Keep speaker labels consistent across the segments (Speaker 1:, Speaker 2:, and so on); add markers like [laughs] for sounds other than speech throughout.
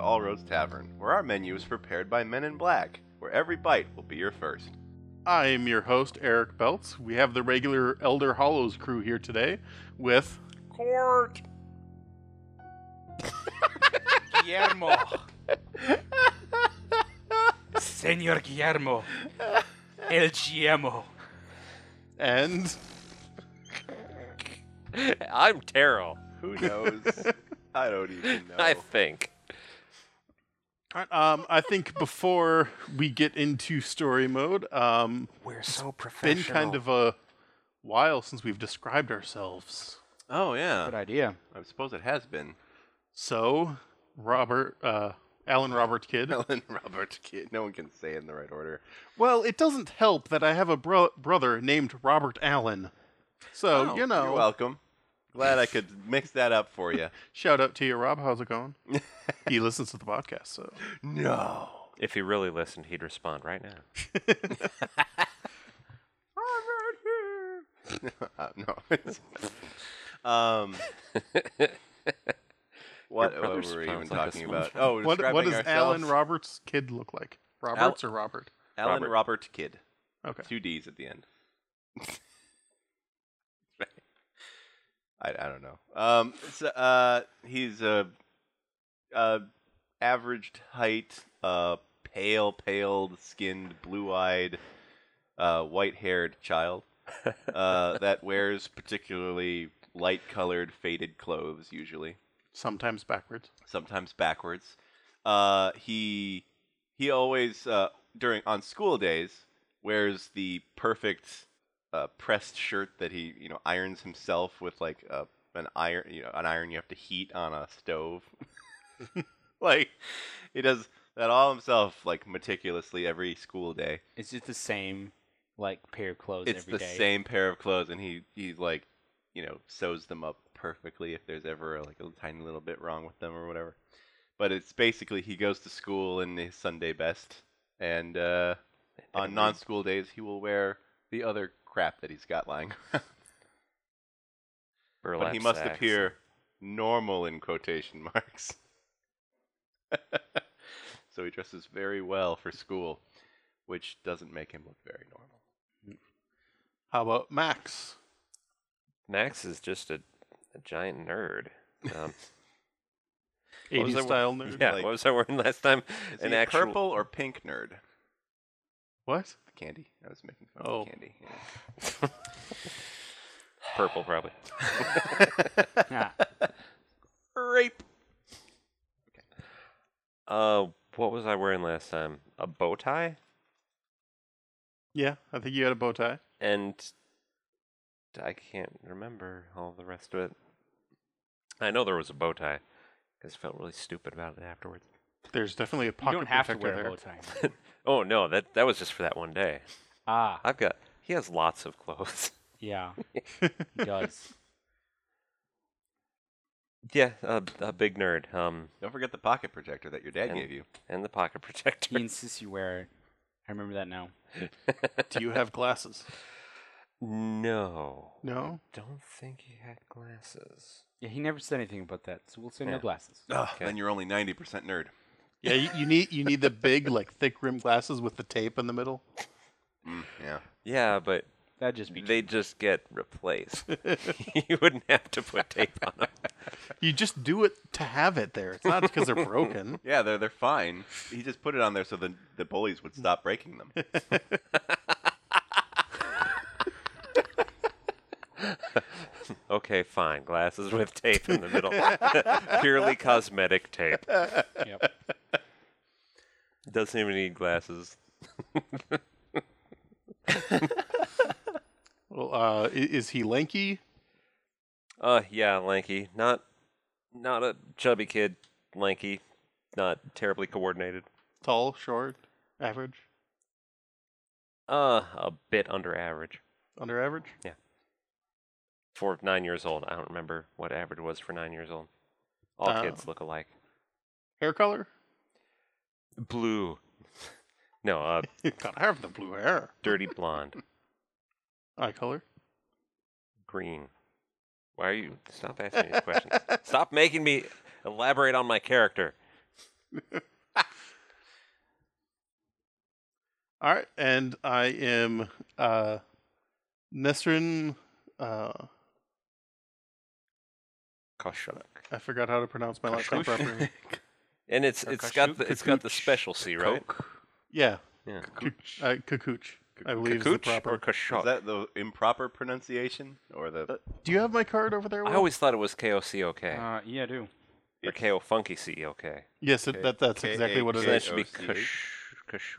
Speaker 1: All Roads Tavern, where our menu is prepared by men in black, where every bite will be your first.
Speaker 2: I am your host, Eric Belts. We have the regular Elder Hollows crew here today with Court.
Speaker 3: Guillermo. Senor Guillermo. El GMO.
Speaker 2: And
Speaker 4: [laughs] I'm Terrell. [laughs]
Speaker 1: Who knows? I don't even know.
Speaker 4: I think.
Speaker 2: um, I think before we get into story mode, um,
Speaker 3: We're so
Speaker 2: been
Speaker 3: professional.
Speaker 2: kind of a while since we've described ourselves.
Speaker 1: oh, yeah.
Speaker 3: good idea.
Speaker 1: I suppose it has been. [laughs]
Speaker 2: So, Robert, uh, Alan Robert Kidd.
Speaker 1: Ellen Robert Kidd. No one can say it in the right order.
Speaker 2: Well, it doesn't help that I have a bro- brother named Robert Allen. So, you know,
Speaker 1: You're welcome. Glad I could mix that up for
Speaker 4: [laughs]
Speaker 1: you.
Speaker 2: shout out to you, Rob. How's it going? he listens to the podcast, so.
Speaker 1: no.
Speaker 4: If he really listened, he'd respond right now.
Speaker 1: [laughs] Uh, no. [laughs]
Speaker 4: [laughs]
Speaker 1: um, what, what
Speaker 4: Your brother
Speaker 1: were we even
Speaker 4: sounds like a
Speaker 1: talking about?
Speaker 4: small-
Speaker 1: Oh,
Speaker 2: What, what
Speaker 1: describing
Speaker 2: does Alan
Speaker 1: ourselves?
Speaker 2: Robert's kid look like? Roberts or Robert?
Speaker 1: Alan
Speaker 4: Robert.
Speaker 1: Robert Kidd.
Speaker 2: Okay.
Speaker 1: Two D's at the end. [laughs] I, I don't know. Um, so, uh, he's a, a averaged height, uh, pale, pale skinned, blue eyed, uh, white haired child uh, that wears particularly light colored, faded clothes, usually
Speaker 2: Sometimes backwards.
Speaker 1: sometimes backwards. Uh, he he always uh, during on school days wears the perfect uh, pressed shirt that he you know irons himself with like uh, an iron you know an iron you have to heat on a stove. [laughs] like he does that all himself like meticulously every school day.
Speaker 3: Is it the same like pair of clothes
Speaker 1: It's
Speaker 3: every
Speaker 1: the
Speaker 3: day?
Speaker 1: same pair of clothes, and he he like you know sews them up perfectly. If there's ever uh, like a tiny little bit wrong with them or whatever, but it's basically he goes to school in his Sunday best, and uh, on non-school days he will wear the other crap that he's got lying. around. but
Speaker 4: Burlap
Speaker 1: he must
Speaker 4: sacks.
Speaker 1: appear normal in quotation marks. [laughs] so he dresses very well for school, which doesn't make him look very normal.
Speaker 2: How about Max?
Speaker 4: Max is just a, a giant nerd.
Speaker 1: [laughs]
Speaker 4: Um,
Speaker 2: 80s
Speaker 4: was that
Speaker 2: style nerd?
Speaker 4: yeah,
Speaker 1: Like-
Speaker 4: what was I wearing last time?
Speaker 1: Is
Speaker 4: An
Speaker 1: he a
Speaker 4: actual
Speaker 1: purple or pink nerd?
Speaker 2: What?
Speaker 1: Candy. I was making fun
Speaker 2: Oh.
Speaker 1: of candy.
Speaker 4: purple, probably.
Speaker 1: [laughs]
Speaker 3: Ah,
Speaker 1: Rape.
Speaker 4: Uh, what was I wearing last time? A bow tie
Speaker 2: Yeah, I think you had a bow tie.
Speaker 4: and I can't remember all the rest of it. I know there was a bow tie because I felt really stupid about it afterwards.
Speaker 2: There's definitely a
Speaker 3: you
Speaker 2: pocket
Speaker 3: don't have to
Speaker 2: protector
Speaker 3: wear a
Speaker 2: there.
Speaker 3: bow tie.
Speaker 4: Oh no, that that was just for that one day.
Speaker 3: ah,
Speaker 4: I've got. He has lots of [laughs] clothes.
Speaker 3: yeah.
Speaker 2: [laughs]
Speaker 3: He does.
Speaker 4: yeah, a, a big nerd. Um,
Speaker 1: Don't forget the pocket protector that your dad
Speaker 4: And-
Speaker 1: gave you.
Speaker 4: and the pocket [laughs]
Speaker 3: He
Speaker 4: protector.
Speaker 3: insists you wear it. I remember that now.
Speaker 2: Do you have glasses?
Speaker 4: no,
Speaker 2: No.
Speaker 4: don't think he had glasses.
Speaker 3: Yeah, he never said anything about that, so we'll say
Speaker 4: Yeah.
Speaker 3: no glasses.
Speaker 1: Ugh,
Speaker 4: Okay.
Speaker 1: Then you're only 90% nerd.
Speaker 2: Yeah, you, you need you need the big like thick rim glasses with the tape in the middle.
Speaker 1: Mm, yeah.
Speaker 4: Yeah, but
Speaker 3: That'd just be
Speaker 4: they just get replaced. [laughs] you wouldn't have to put tape on them.
Speaker 2: You just do it to have it there. It's not because they're broken.
Speaker 1: Yeah, they're, they're fine. He just put it on there so the, the bullies would stop breaking them.
Speaker 4: Okay, fine. Glasses with tape in the middle. [laughs] Purely cosmetic tape.
Speaker 3: Yep.
Speaker 4: Doesn't even need glasses.
Speaker 2: Well, uh, i- is he lanky?
Speaker 4: Uh, yeah, lanky. Not, not a chubby kid. Lanky. Not terribly coordinated.
Speaker 2: Tall, short, average,
Speaker 4: Uh, a bit under average.
Speaker 2: under average?
Speaker 4: For nine years old, I don't remember what average was for nine years old. All
Speaker 2: Oh.
Speaker 4: kids look alike.
Speaker 2: Hair color? [laughs]
Speaker 4: Blue. [laughs] no, uh,
Speaker 2: Gotta have the blue hair.
Speaker 4: dirty blonde.
Speaker 2: Eye color?
Speaker 4: Green. [laughs] Why are you? Stop asking me these questions. Stop making me elaborate on my character.
Speaker 2: All right, and I am uh, Nesrin. Uh,
Speaker 4: Koshak.
Speaker 2: I forgot how to pronounce my last name
Speaker 4: Koshak.
Speaker 2: properly.
Speaker 4: And it's
Speaker 3: Or
Speaker 4: it's got the,
Speaker 3: Kashuk,
Speaker 4: it's got the
Speaker 3: Kakuch,
Speaker 4: special C, right?
Speaker 2: Yeah,
Speaker 4: Yeah.
Speaker 2: Kukuch. Uh, Kukuch, I believe is the
Speaker 4: Kakuch
Speaker 2: proper.
Speaker 4: or Koshak?
Speaker 1: Is that the improper pronunciation or the?
Speaker 2: Uh, Do you have my card over there?
Speaker 4: I
Speaker 2: Will?
Speaker 4: always thought it was K O C O K
Speaker 3: Uh, yeah, I do.
Speaker 4: or K O Funky C E O K.
Speaker 2: yes, it, that that's
Speaker 1: K-
Speaker 2: exactly what it
Speaker 4: So that
Speaker 2: is.
Speaker 4: should be
Speaker 1: K-O-C-H?
Speaker 4: Kash-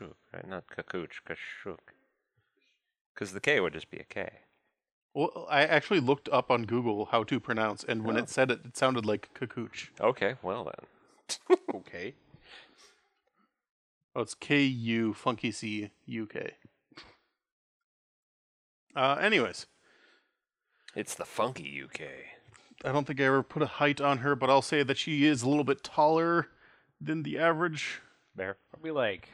Speaker 4: Kashuk, right? Not Kakuch, Kashuk. Because the K would just be a K.
Speaker 2: Well, I actually looked up on Google how to pronounce, and when it said it, it sounded like Kukuch.
Speaker 4: Okay, well then.
Speaker 1: okay.
Speaker 2: Oh, it's K U Funky C U K. Uh, anyways,
Speaker 4: It's the funky UK.
Speaker 2: I don't think I ever put a height on her, but I'll say that she is a little bit taller than the average.
Speaker 4: Bear.
Speaker 3: Probably like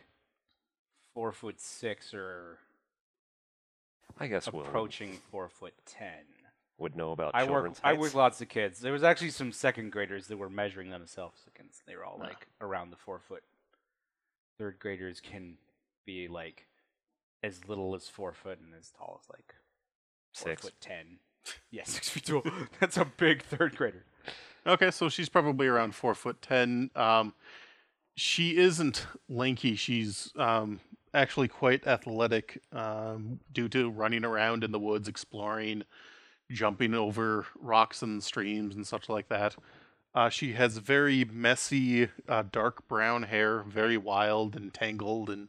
Speaker 3: four foot six or
Speaker 4: I guess Will would,
Speaker 3: approaching four foot ten.
Speaker 4: would know about
Speaker 3: I work.
Speaker 4: children's
Speaker 3: I
Speaker 4: heights.
Speaker 3: work lots of kids. There was actually some second graders that were measuring themselves against. They were all
Speaker 2: Ah.
Speaker 3: like around the four foot. Third graders can be like as little as four foot and as tall as like four
Speaker 4: Six.
Speaker 3: foot ten. Yeah, [laughs] six feet tall. That's a big third grader.
Speaker 2: Okay, so she's probably around four foot ten. Um, she isn't lanky. She's um, actually quite athletic um, due to running around in the woods, exploring, jumping over rocks and streams and such like that. Uh, she has very messy, uh, dark brown hair, very wild and tangled, and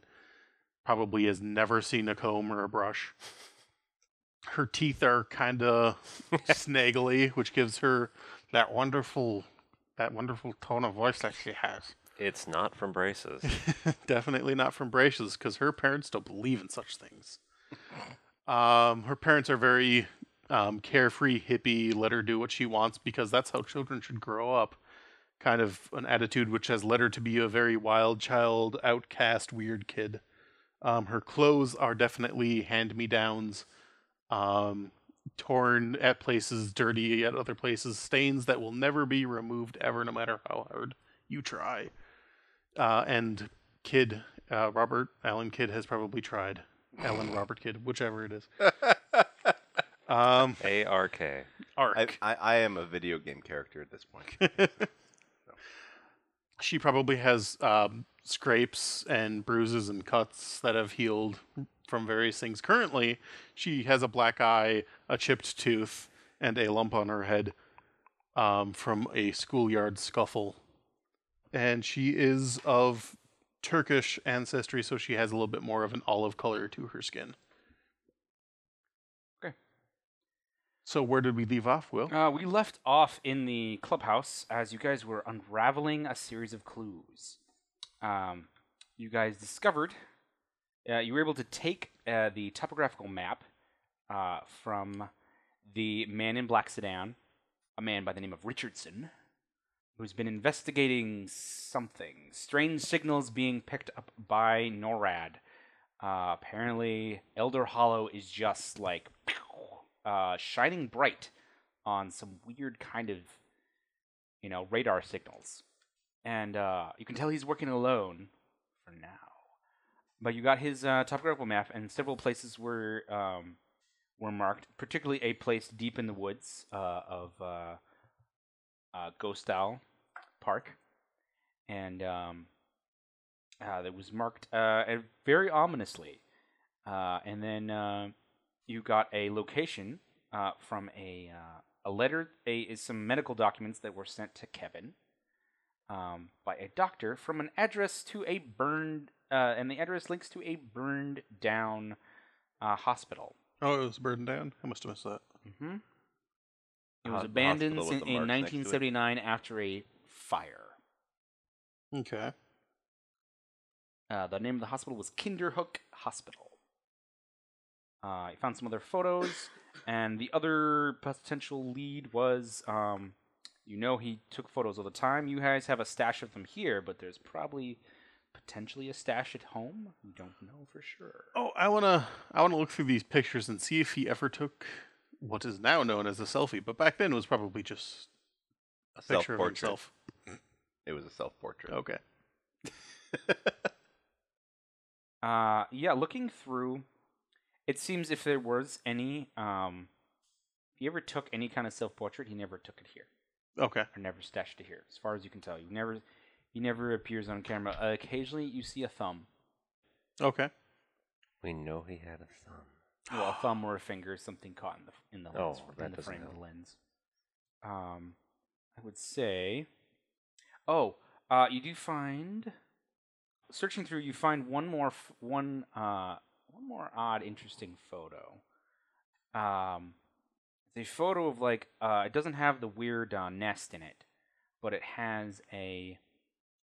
Speaker 2: probably has never seen a comb or a brush. Her teeth are kind of [laughs] snaggly, which gives her that wonderful that wonderful tone of voice that she has.
Speaker 4: It's not from
Speaker 3: [laughs]
Speaker 4: braces.
Speaker 2: [laughs] Definitely not from braces because her parents don't believe in such things. Um, her parents are very um, carefree, hippie, let her do what she wants because that's how children should grow up. Kind of an attitude which has led her to be a very wild child, outcast, weird kid. Um, her clothes are definitely hand me downs, um, torn at places, dirty at other places, stains that will never be removed ever, no matter how hard you try. Uh, and Kid, uh, Robert Allen Kidd has probably tried. Allen Robert Kidd, whichever it is. um,
Speaker 4: A R K.
Speaker 2: Ark.
Speaker 1: I, I I am a video game character at this [laughs] point.
Speaker 2: she probably has um, scrapes and bruises and cuts that have healed from various things. Currently, she has a black eye, a chipped tooth, and a lump on her head um, from a schoolyard scuffle. And she is of Turkish ancestry, so she has a little bit more of an olive color to her skin.
Speaker 3: Okay.
Speaker 2: So where did we leave off, Will?
Speaker 3: Uh, we left off in the clubhouse as you guys were unraveling a series of clues. Um, you guys discovered uh, you were able to take uh, the topographical map uh, from the man in black sedan, a man by the name of Richardson, who's been investigating something. Strange signals being picked up by NORAD. Uh, apparently, Elder Hollow is just like [laughs] uh, shining bright on some weird kind of you know radar signals and uh, you can tell he's working alone for now but you got his uh, topographical map and several places were um, were marked particularly a place deep in the woods uh, of uh, uh, ghost owl park and um, uh, that was marked uh, and very ominously uh, and then uh, you got a location uh, from a uh, a letter a is some medical documents that were sent to Kevin um, by a doctor from an address to a burned uh, and the address links to a burned down uh, hospital.
Speaker 2: Oh, it was Burden Down. I must have missed that.
Speaker 3: Mm-hmm. It
Speaker 1: The
Speaker 3: was
Speaker 1: hos- the
Speaker 3: abandoned
Speaker 1: hospital
Speaker 3: sin-
Speaker 1: with the
Speaker 3: in
Speaker 1: marks next to it.
Speaker 3: 1979 after a fire.
Speaker 2: Okay.
Speaker 3: Uh, the name of the hospital was Kinderhook Hospital. Uh, I found some other photos, and the other potential lead was, um, you know, he took photos all the time. You guys have a stash of them here, but there's probably potentially a stash at home. You don't know for sure.
Speaker 2: Oh, I wanna I wanna look through these pictures and see if he ever took what is now known as a selfie, but back then it was probably just
Speaker 1: A
Speaker 2: a picture of
Speaker 1: self-portrait.
Speaker 2: himself.
Speaker 1: It was a self-portrait.
Speaker 2: Okay.
Speaker 3: Uh, yeah, looking through, it seems if there was any, um, if he ever took any kind of self portrait, he never took it here
Speaker 2: okay.
Speaker 3: or never stashed it here, as far as you can tell. You never, he never appears on camera. Uh, occasionally, you see a thumb,
Speaker 2: Okay.
Speaker 4: We know he had a thumb.
Speaker 3: well,
Speaker 4: [gasps]
Speaker 3: a thumb or a finger, something caught in the in the lens,
Speaker 4: Oh,
Speaker 3: in
Speaker 4: that
Speaker 3: the
Speaker 4: doesn't
Speaker 3: frame of the
Speaker 4: help.
Speaker 3: lens. Um, I would say, oh, uh, you do find, searching through, you find one more f- one uh one more odd, interesting photo. Um, it's a photo of like uh, it doesn't have the weird uh, nest in it, but it has a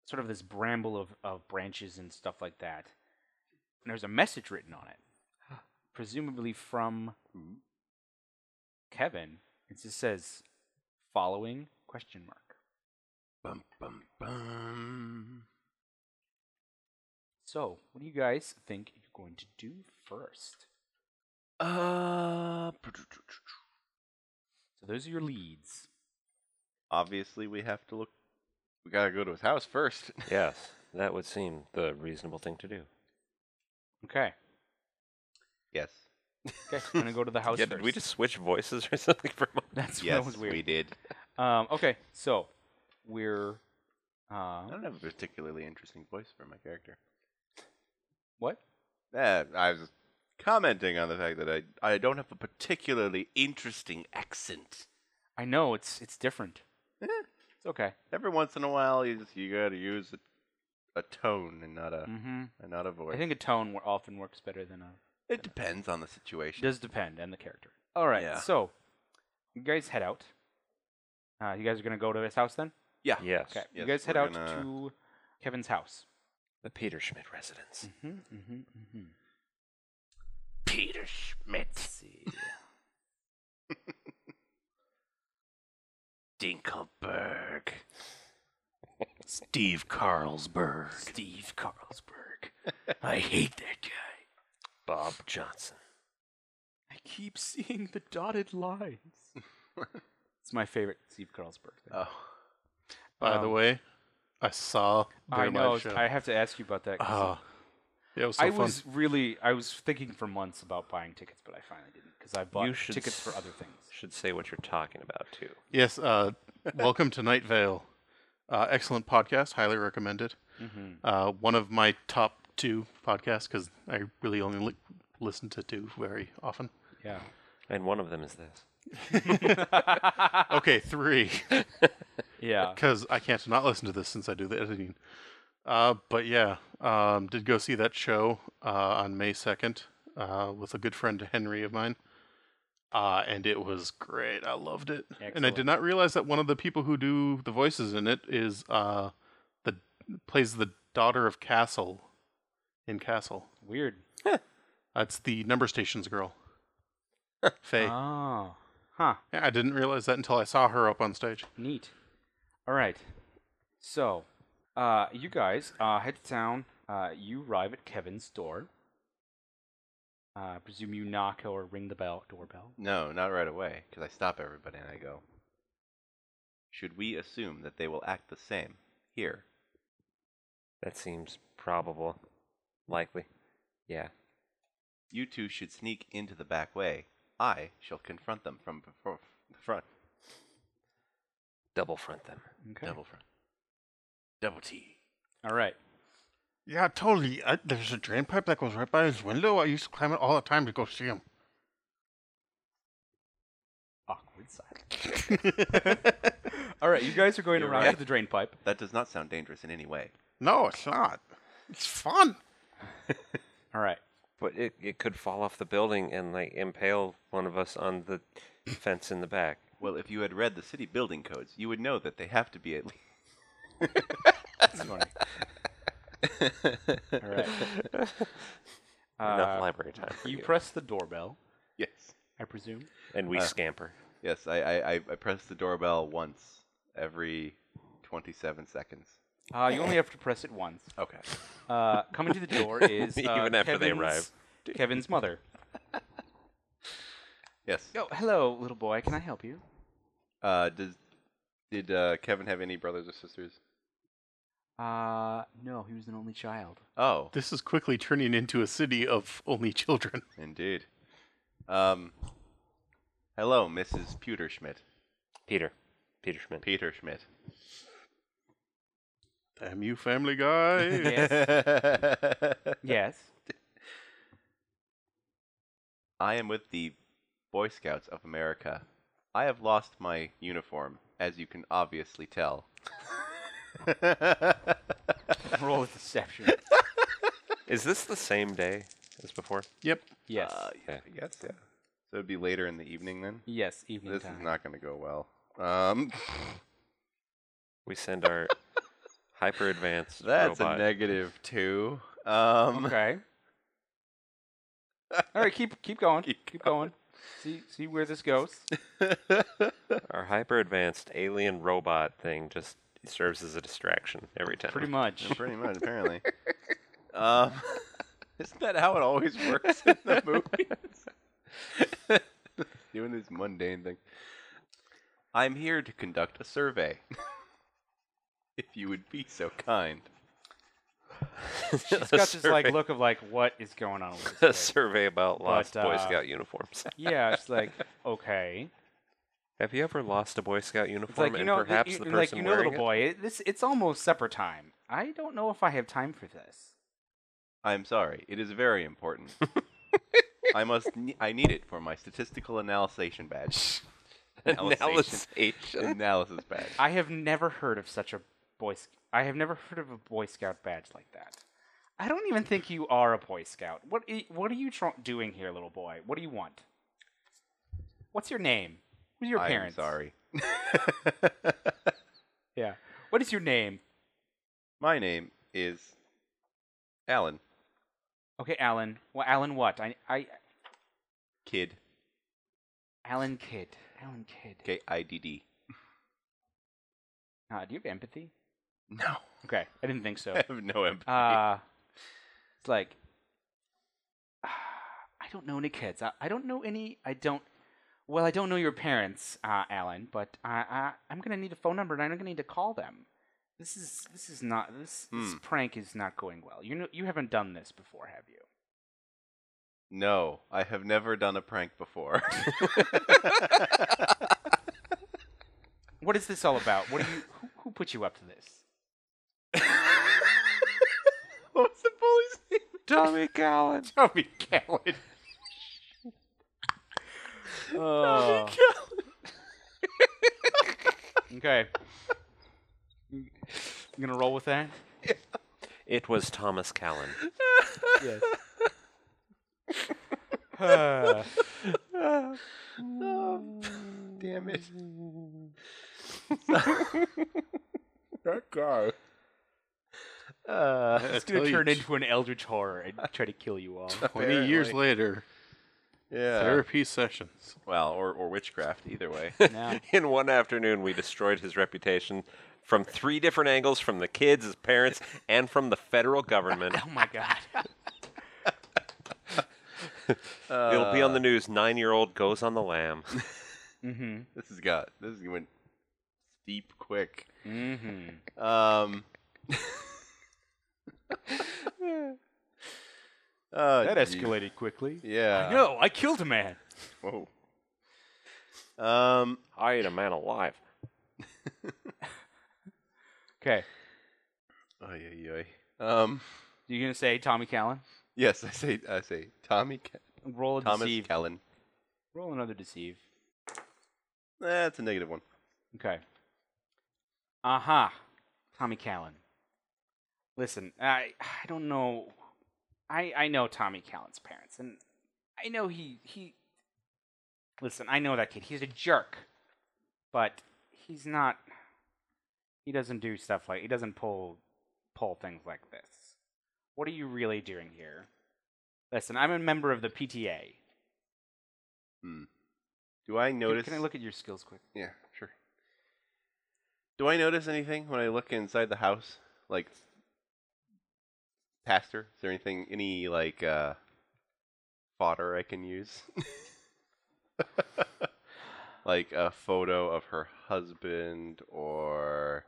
Speaker 3: sort of this bramble of of branches and stuff like that. And there's a message written on it presumably from
Speaker 1: Hmm?
Speaker 3: Kevin. It just says following question mark.
Speaker 1: Bum, bum, bum.
Speaker 3: So, what do you guys think you're going to do first?
Speaker 1: Uh,
Speaker 3: So those are your leads.
Speaker 1: obviously, we have to look. We gotta go to his house first. [laughs]
Speaker 4: Yes, that would seem the reasonable thing to do.
Speaker 3: Okay.
Speaker 1: yes.
Speaker 3: Okay, I'm gonna
Speaker 1: [laughs]
Speaker 3: go to the house
Speaker 4: yeah,
Speaker 3: first.
Speaker 4: did we just switch voices or [laughs] something for a moment?
Speaker 3: [laughs] That's
Speaker 1: yes,
Speaker 3: that was weird.
Speaker 1: we did.
Speaker 3: Um, okay, so we're
Speaker 1: I
Speaker 3: um,
Speaker 1: don't have a particularly interesting voice for my character.
Speaker 3: what?
Speaker 1: Eh, I was commenting on the fact that I I don't have a particularly interesting accent.
Speaker 3: I know it's it's different.
Speaker 1: Eh,
Speaker 3: It's okay.
Speaker 1: Every once in a while, you just you gotta use a, a tone and not a
Speaker 3: Mm-hmm.
Speaker 1: and not a voice.
Speaker 3: I think a tone wo- often works better than a
Speaker 1: it depends on the situation.
Speaker 3: It does depend on the character. All right,
Speaker 1: Yeah.
Speaker 3: so you guys head out. Uh, you guys are gonna go to his house then.
Speaker 1: yeah.
Speaker 4: Yes.
Speaker 3: Okay, you
Speaker 1: Yes,
Speaker 3: guys head
Speaker 1: we're
Speaker 3: out
Speaker 1: gonna-
Speaker 3: to Kevin's house.
Speaker 4: The Peter Schmidt residence.
Speaker 3: Mm-hmm, mm-hmm, mm-hmm.
Speaker 1: Peter Schmidt,
Speaker 3: see,
Speaker 1: [laughs] Dinkelberg, Steve Carlsberg.
Speaker 3: Steve Carlsberg.
Speaker 1: I hate that guy.
Speaker 4: Bob Johnson.
Speaker 3: I keep seeing the dotted lines. it's my favorite Steve Carlsberg. Thing.
Speaker 1: Oh,
Speaker 2: By the
Speaker 3: Um,
Speaker 2: way, I saw their
Speaker 3: I know.
Speaker 2: live show.
Speaker 3: I have to ask you about that. 'cause
Speaker 2: uh, Ah. yeah, it was so
Speaker 3: I
Speaker 2: fun.
Speaker 3: was really, I was thinking for months about buying tickets, but I finally didn't because I bought
Speaker 4: You should
Speaker 3: tickets
Speaker 4: s-
Speaker 3: for other things.
Speaker 4: Should say what you're talking about too.
Speaker 2: Yes,
Speaker 3: [laughs]
Speaker 2: uh, welcome to Night Vale. Uh, excellent podcast, highly recommended.
Speaker 3: Mm-hmm.
Speaker 2: Uh, one of my top two podcasts because I really only li- listen to two very often.
Speaker 3: Yeah.
Speaker 4: And one of them is this.
Speaker 3: Ah.
Speaker 2: Okay, three
Speaker 3: yeah.
Speaker 2: because I can't not listen to this since I do the editing. Uh, but yeah, um, did go see that show uh, on May second uh, with a good friend Henry of mine, uh, and it was great. I loved it, and I
Speaker 3: Excellent.
Speaker 2: did not realize that one of the people who do the voices in it is uh, the plays the daughter of Castle in Castle.
Speaker 3: Weird.
Speaker 2: That's the number stations girl, Faye.
Speaker 3: Oh. Huh.
Speaker 2: Yeah, I didn't realize that until I saw her up on stage.
Speaker 3: Neat. All right. So, uh, you guys uh, head to town. Uh, you arrive at Kevin's door. Uh, I presume you knock or ring the bell doorbell.
Speaker 1: no, not right away, because I stop everybody and I go. Should we assume that they will act the same here?
Speaker 4: That seems probable. Likely. Yeah.
Speaker 1: You two should sneak into the back way. I shall confront them from before [laughs] the front.
Speaker 4: Double front them.
Speaker 3: Okay.
Speaker 1: Double front. Double T.
Speaker 3: All right.
Speaker 5: Yeah, totally. I, there's a drain pipe that goes right by his window. I used to climb it all the time to go see him.
Speaker 3: Awkward silence. [laughs] All right. You guys are going
Speaker 1: You're
Speaker 3: around
Speaker 1: right.
Speaker 3: to the drain pipe.
Speaker 1: That does not sound dangerous in any way.
Speaker 5: No, it's not. It's fun.
Speaker 3: All right.
Speaker 4: But it, it could fall off the building and like impale one of us on the fence in the back.
Speaker 1: Well, if you had read the city building codes, you would know that they have to be at least. [laughs]
Speaker 3: That's funny. All right.
Speaker 4: Enough
Speaker 3: Uh,
Speaker 4: library time for
Speaker 3: you
Speaker 4: you.
Speaker 3: press the doorbell,
Speaker 1: Yes.
Speaker 3: I presume.
Speaker 4: and we
Speaker 1: uh,
Speaker 4: scamper.
Speaker 1: Yes, I, I, I I press the doorbell once every 27 seconds.
Speaker 3: Uh, you only have to press it once.
Speaker 1: Okay.
Speaker 3: Uh, coming to the
Speaker 4: [laughs]
Speaker 3: door is uh,
Speaker 4: Even after they
Speaker 3: Kevin's-
Speaker 4: arrive.
Speaker 3: Kevin's mother.
Speaker 1: Yes.
Speaker 3: Oh, hello, little boy. Can I help you?
Speaker 1: Uh, does did uh, Kevin have any brothers or sisters?
Speaker 3: Uh, no, he was an only child.
Speaker 1: Oh,
Speaker 2: This is quickly turning into a city of
Speaker 5: [laughs]
Speaker 2: only children.
Speaker 1: indeed. Um, hello, Mrs. Peter Schmidt.
Speaker 4: Peter. Peter Schmidt.
Speaker 1: Peter Schmidt.
Speaker 2: Damn you, Family Guy.
Speaker 3: Yes.
Speaker 1: [laughs]
Speaker 3: yes.
Speaker 1: I am with the Boy Scouts of America. I have lost my uniform, as you can obviously tell.
Speaker 3: Roll with deception.
Speaker 4: Is this the same day as before?
Speaker 2: [laughs] yep.
Speaker 3: Yes.
Speaker 1: Uh, yeah, I guess, yeah. So it'd be later in the evening then?
Speaker 3: yes. Evening
Speaker 1: This
Speaker 3: time.
Speaker 1: is not going to go well. Um, [laughs]
Speaker 4: We send our
Speaker 3: [laughs]
Speaker 4: hyper advanced
Speaker 1: that's
Speaker 4: robot.
Speaker 1: a negative two. Um,
Speaker 3: okay. All right. Keep keep going. Keep, going. See see where this goes.
Speaker 4: our hyper advanced alien robot thing just serves as a distraction every time. [laughs]
Speaker 1: [laughs]
Speaker 3: Pretty much.
Speaker 1: Pretty much, apparently. um, [laughs] isn't that how it always works in [laughs] the movies? [laughs] Doing this mundane thing. I'm here to conduct a survey. [laughs] if you would be so kind.
Speaker 3: She's got this like look of like what is going on with
Speaker 4: a
Speaker 3: this. kid?
Speaker 4: survey about lost Boy
Speaker 3: uh,
Speaker 4: Scout uniforms. [laughs]
Speaker 3: yeah. It's like okay.
Speaker 4: Have you ever lost a Boy Scout
Speaker 3: It's
Speaker 4: uniform
Speaker 3: like you
Speaker 4: and
Speaker 3: know like,
Speaker 4: perhaps
Speaker 3: you-
Speaker 4: the
Speaker 3: like
Speaker 4: person
Speaker 3: you know
Speaker 4: wearing
Speaker 3: little boy. It, this it's almost supper time. I don't know if I have time for this.
Speaker 1: I'm sorry. It is very [laughs] important. I must. Ne- I need it for my statistical analysis badge.
Speaker 4: it?
Speaker 1: [laughs] Analysis.
Speaker 4: Analysation.
Speaker 1: analysis badge. [laughs]
Speaker 3: I have never heard of such a boy. Sc- I have never heard of a Boy Scout badge like that. I don't even think you are a Boy Scout. What i- What are you tr- doing here, little boy? What do you want? What's your name? Who's your
Speaker 1: I'm
Speaker 3: parents?
Speaker 1: sorry.
Speaker 3: Yeah. What is your name?
Speaker 1: My name is Alan
Speaker 3: Okay, Alan. Well, Alan, what? I, I,
Speaker 1: Kid
Speaker 3: Alan Kidd. Alan Kidd.
Speaker 1: K I D D.
Speaker 3: Uh, do you have empathy?
Speaker 1: No,
Speaker 3: Okay, I didn't think
Speaker 1: [laughs]
Speaker 3: so.
Speaker 1: I have [laughs] no empathy.
Speaker 3: Uh, it's like, [sighs] ah, I don't know any kids. I, I don't know any. I don't. Well, I don't know your parents, uh, Alan, but uh, I, I'm gonna need a phone number, and I'm gonna need to call them. This is this is not this, this
Speaker 1: Hmm.
Speaker 3: prank is not going well. You know you haven't done this before, have you?
Speaker 1: no, I have never done a prank [laughs] before.
Speaker 3: What is this all about? What do you? Who, who put you up to this?
Speaker 1: what was the bully's name?
Speaker 4: Tommy Gallen.
Speaker 3: Tommy Callan. oh. [laughs] okay. You gonna roll with that?
Speaker 4: It was Thomas Callan.
Speaker 3: [laughs] Yes.
Speaker 1: Damn it!
Speaker 3: [laughs] it's
Speaker 2: tell
Speaker 3: gonna
Speaker 2: you,
Speaker 3: turn
Speaker 2: t-
Speaker 3: into an eldritch horror and try to kill you [laughs] all.
Speaker 2: 20 years later,
Speaker 1: Yeah.
Speaker 2: therapy sessions.
Speaker 1: Well, or or witchcraft, either [laughs] way.
Speaker 3: now,
Speaker 4: In one afternoon, we destroyed his reputation from three different angles from the kids, his parents, and from the
Speaker 3: [laughs]
Speaker 4: federal government.
Speaker 3: [laughs] oh my god.
Speaker 1: Uh,
Speaker 4: It'll be on
Speaker 3: Uh.
Speaker 4: the news. Nine year old goes on
Speaker 3: [laughs]
Speaker 4: the lamb.
Speaker 3: Mm-hmm.
Speaker 1: This has got this is went steep quick.
Speaker 3: Mm-hmm.
Speaker 1: [laughs] Um. uh,
Speaker 3: That
Speaker 1: gee.
Speaker 3: escalated quickly.
Speaker 1: Yeah.
Speaker 3: No, I killed a man.
Speaker 1: Whoa. Um.
Speaker 4: I ate a man alive.
Speaker 3: Okay.
Speaker 1: Ay, ay, ay. Um.
Speaker 3: You gonna say Tommy Callan?
Speaker 1: Yes, I say. I say. Tommy. Ca-
Speaker 3: Roll a
Speaker 1: Thomas
Speaker 3: deceive.
Speaker 1: Callan.
Speaker 3: roll another deceive.
Speaker 1: That's a negative one.
Speaker 3: Okay. Aha, Tommy Callan. Listen, I I don't know. I I know Tommy Callan's parents, and I know he he. Listen, I know that kid. He's a jerk, but he's not. He doesn't do stuff like he doesn't pull pull things like this. What are you really doing here? Listen, I'm a member of the PTA.
Speaker 1: Do I
Speaker 3: Can,
Speaker 1: notice?
Speaker 3: can I look at your skills quick?
Speaker 1: Yeah, sure. Do I notice anything when I look inside the house? Like pastor? Is there anything any like uh fodder I can use? [laughs] like a photo of her husband or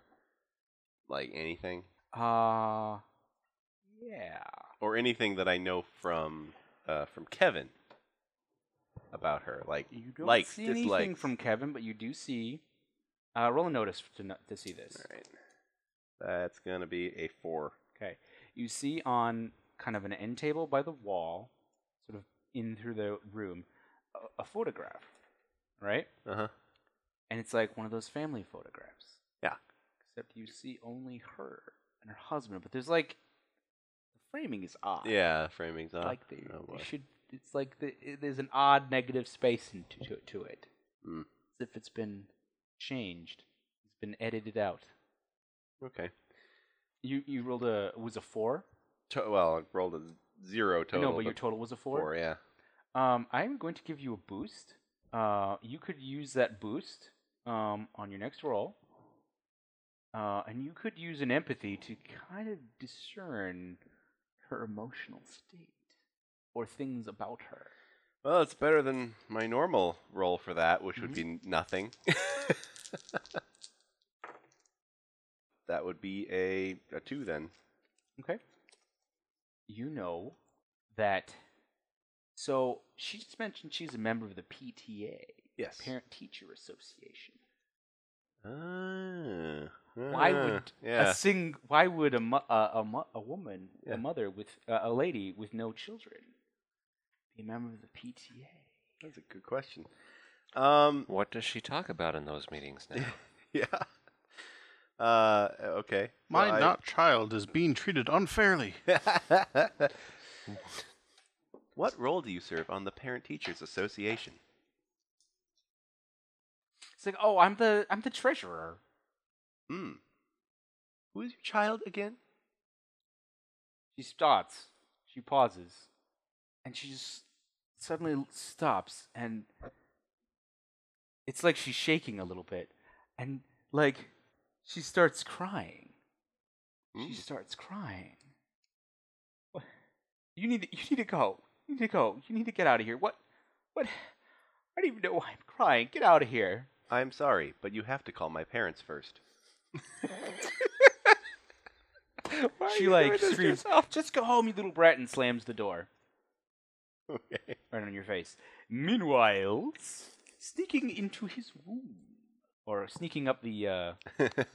Speaker 1: like anything?
Speaker 3: Uh, yeah.
Speaker 1: or anything that I know from uh, from Kevin about her. Like
Speaker 3: You don't
Speaker 1: likes,
Speaker 3: see
Speaker 1: dislikes.
Speaker 3: anything from Kevin, but you do see. Uh, roll a notice to, no- to see this.
Speaker 1: All right, that's gonna be a four.
Speaker 3: Okay. You see on kind of an end table by the wall, sort of in through the room, a, a photograph, right?
Speaker 1: Uh huh.
Speaker 3: And it's like one of those family photographs.
Speaker 1: Yeah.
Speaker 3: Except you see only her and her husband, but there's like the framing is odd.
Speaker 1: Yeah, framing's off.
Speaker 3: Like they,
Speaker 1: oh,
Speaker 3: they
Speaker 1: boy.
Speaker 3: should. It's like the, it- there's an odd negative space into to, to it.
Speaker 1: Mm.
Speaker 3: As if it's been changed. It's been edited out.
Speaker 1: Okay.
Speaker 3: You you rolled a was a four.
Speaker 1: To- well, I rolled a zero total.
Speaker 3: no, but your total was a
Speaker 1: four. Yeah.
Speaker 3: Um, I'm going to give you a boost. Uh, you could use that boost um, on your next roll. Uh, and you could use an empathy to kind of discern her emotional state or things about her.
Speaker 1: Well, it's better than my normal roll for that, which would
Speaker 3: Mm-hmm.
Speaker 1: be nothing. [laughs] that would be a, a two then.
Speaker 3: Okay. You know that. So she just mentioned she's a member of the PTA,
Speaker 1: Yes.
Speaker 3: Parent Teacher Association.
Speaker 1: Ah,
Speaker 3: Why
Speaker 1: ah,
Speaker 3: would
Speaker 1: yeah.
Speaker 3: a sing? Why would a mo- a, a, mo- a woman,
Speaker 1: Yeah.
Speaker 3: a mother with uh, a lady with no children, be a member of the PTA?
Speaker 1: That's a good question. Um, [laughs]
Speaker 4: What does she talk about in those meetings
Speaker 3: [laughs]
Speaker 4: now?
Speaker 1: yeah. Uh, okay. So
Speaker 2: My
Speaker 1: I-
Speaker 2: not child is being treated unfairly.
Speaker 1: what role do you serve on the Parent Teachers Association?
Speaker 3: It's like, oh, I'm the I'm the treasurer.
Speaker 1: Hmm. Who is your child again?
Speaker 3: She starts. She pauses, and she just suddenly l- stops, and it's like she's shaking a little bit, and like she starts crying. She
Speaker 1: Mm.
Speaker 3: starts crying. What- You need to, you need to go. You need to go. You need to get out of here. What? What? I don't even know why I'm crying. Get out of here.
Speaker 1: I'm sorry, but you have to call my parents first.
Speaker 3: she like screams, "Just go home, you little brat!" and slams the door
Speaker 1: [laughs] Okay.
Speaker 3: right on your face. Meanwhile, sneaking into his room or sneaking up the uh,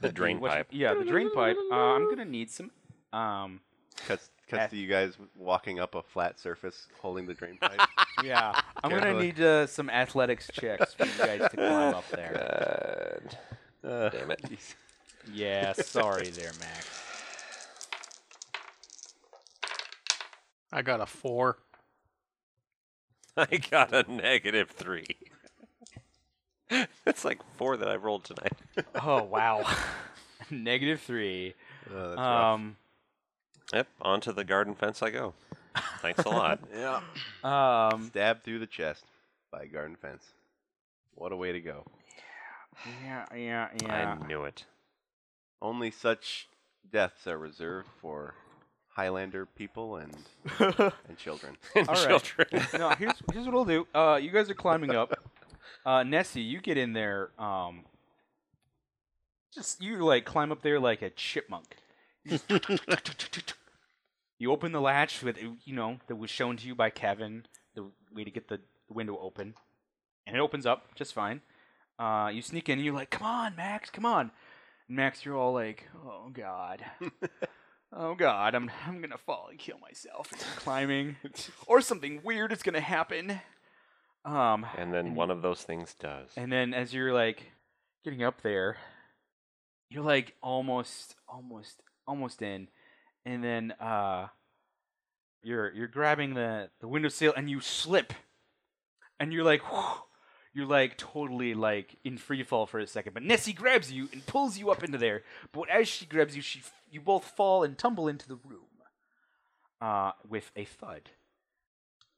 Speaker 4: the drain
Speaker 3: what's- [laughs]
Speaker 4: pipe.
Speaker 3: Yeah, the drain pipe. Uh, I'm gonna need some. Um,
Speaker 1: Cuts, cuts to you guys walking up a flat surface holding the drain pipe.
Speaker 3: yeah, I'm gonna
Speaker 1: Carefully.
Speaker 3: need uh, some athletics checks for you guys to climb up there.
Speaker 1: [laughs]
Speaker 4: God.
Speaker 1: Uh,
Speaker 4: Damn it.
Speaker 3: Yeah, sorry there, Max.
Speaker 2: I got
Speaker 5: [laughs]
Speaker 2: a four.
Speaker 4: [laughs] I got a negative three. [laughs] That's like four that I rolled tonight.
Speaker 3: Oh wow, [laughs] negative three.
Speaker 1: Oh, that's rough.
Speaker 3: Um,
Speaker 4: Yep, onto the garden fence I go. Thanks
Speaker 3: [laughs]
Speaker 4: a lot.
Speaker 1: yeah.
Speaker 3: um,
Speaker 1: Stabbed through the chest by a garden fence. What a way to go.
Speaker 3: yeah, yeah, yeah.
Speaker 4: I knew it.
Speaker 1: Only such deaths are reserved for Highlander people and and children.
Speaker 4: And [laughs]
Speaker 3: All right.
Speaker 4: children.
Speaker 3: [laughs] no, here's here's what I'll do. Uh, you guys are climbing up. Uh, Nessie, you get in there. Um, just you like climb up there like a chipmunk. you open the latch with you know that was shown to you by Kevin, the way to get the window open, and it opens up just fine. Uh, you sneak in and you're like, "Come on, Max, come on." And Max, you're all like, "Oh God." Oh god, I'm I'm gonna fall and kill myself. It's climbing, or something weird is gonna happen. Um,
Speaker 4: And then one of those things does.
Speaker 3: and then as you're like getting up there, you're like almost, almost, almost in, and then uh, you're you're grabbing the the windowsill and you slip, and you're like, whew, you're like totally like in free fall for a second, but Nessie grabs you and pulls you up into there. But as she grabs you, she you both fall and tumble into the room, uh, with a thud.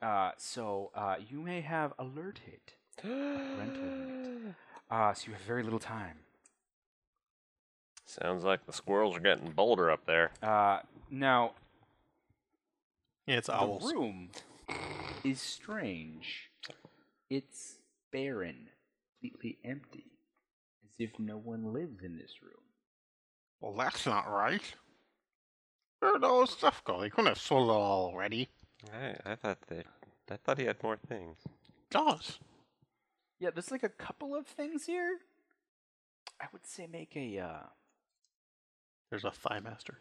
Speaker 3: Uh, so uh, you may have alerted rental unit. Ah, so you have very little time.
Speaker 4: Sounds like the squirrels are getting bolder up there.
Speaker 3: Uh, now,
Speaker 2: Yeah, it's
Speaker 3: the
Speaker 2: owls.
Speaker 3: room is strange. It's barren, completely empty, as if no one lives in this room.
Speaker 5: Well, that's not right. Where'd all his stuff go? They couldn't have sold it all already.
Speaker 4: I, I thought that I thought he had more things.
Speaker 5: Does.
Speaker 3: Yeah, there's like a couple of things here. I would say make a uh,
Speaker 2: There's a thigh master.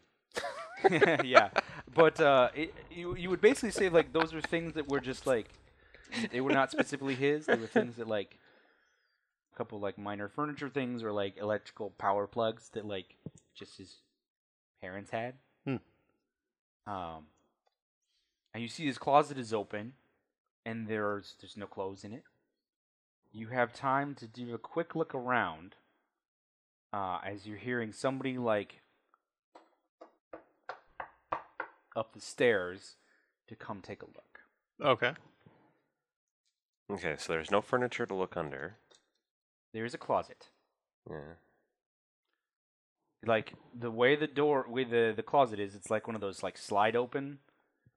Speaker 3: [laughs] yeah, but uh, it, you you would basically say like those are things that were just like they were not specifically his. They were things that like a couple like minor furniture things or like electrical power plugs that like just his parents had.
Speaker 2: Hmm.
Speaker 3: Um, and you see his closet is open, and there's there's no clothes in it. You have time to do a quick look around. Uh, as you're hearing somebody like up the stairs to come take a look.
Speaker 2: Okay.
Speaker 4: Okay, so there's no furniture to look under.
Speaker 3: There is a closet.
Speaker 4: Yeah.
Speaker 3: Like the way the door, way the the closet is, it's like one of those like slide open,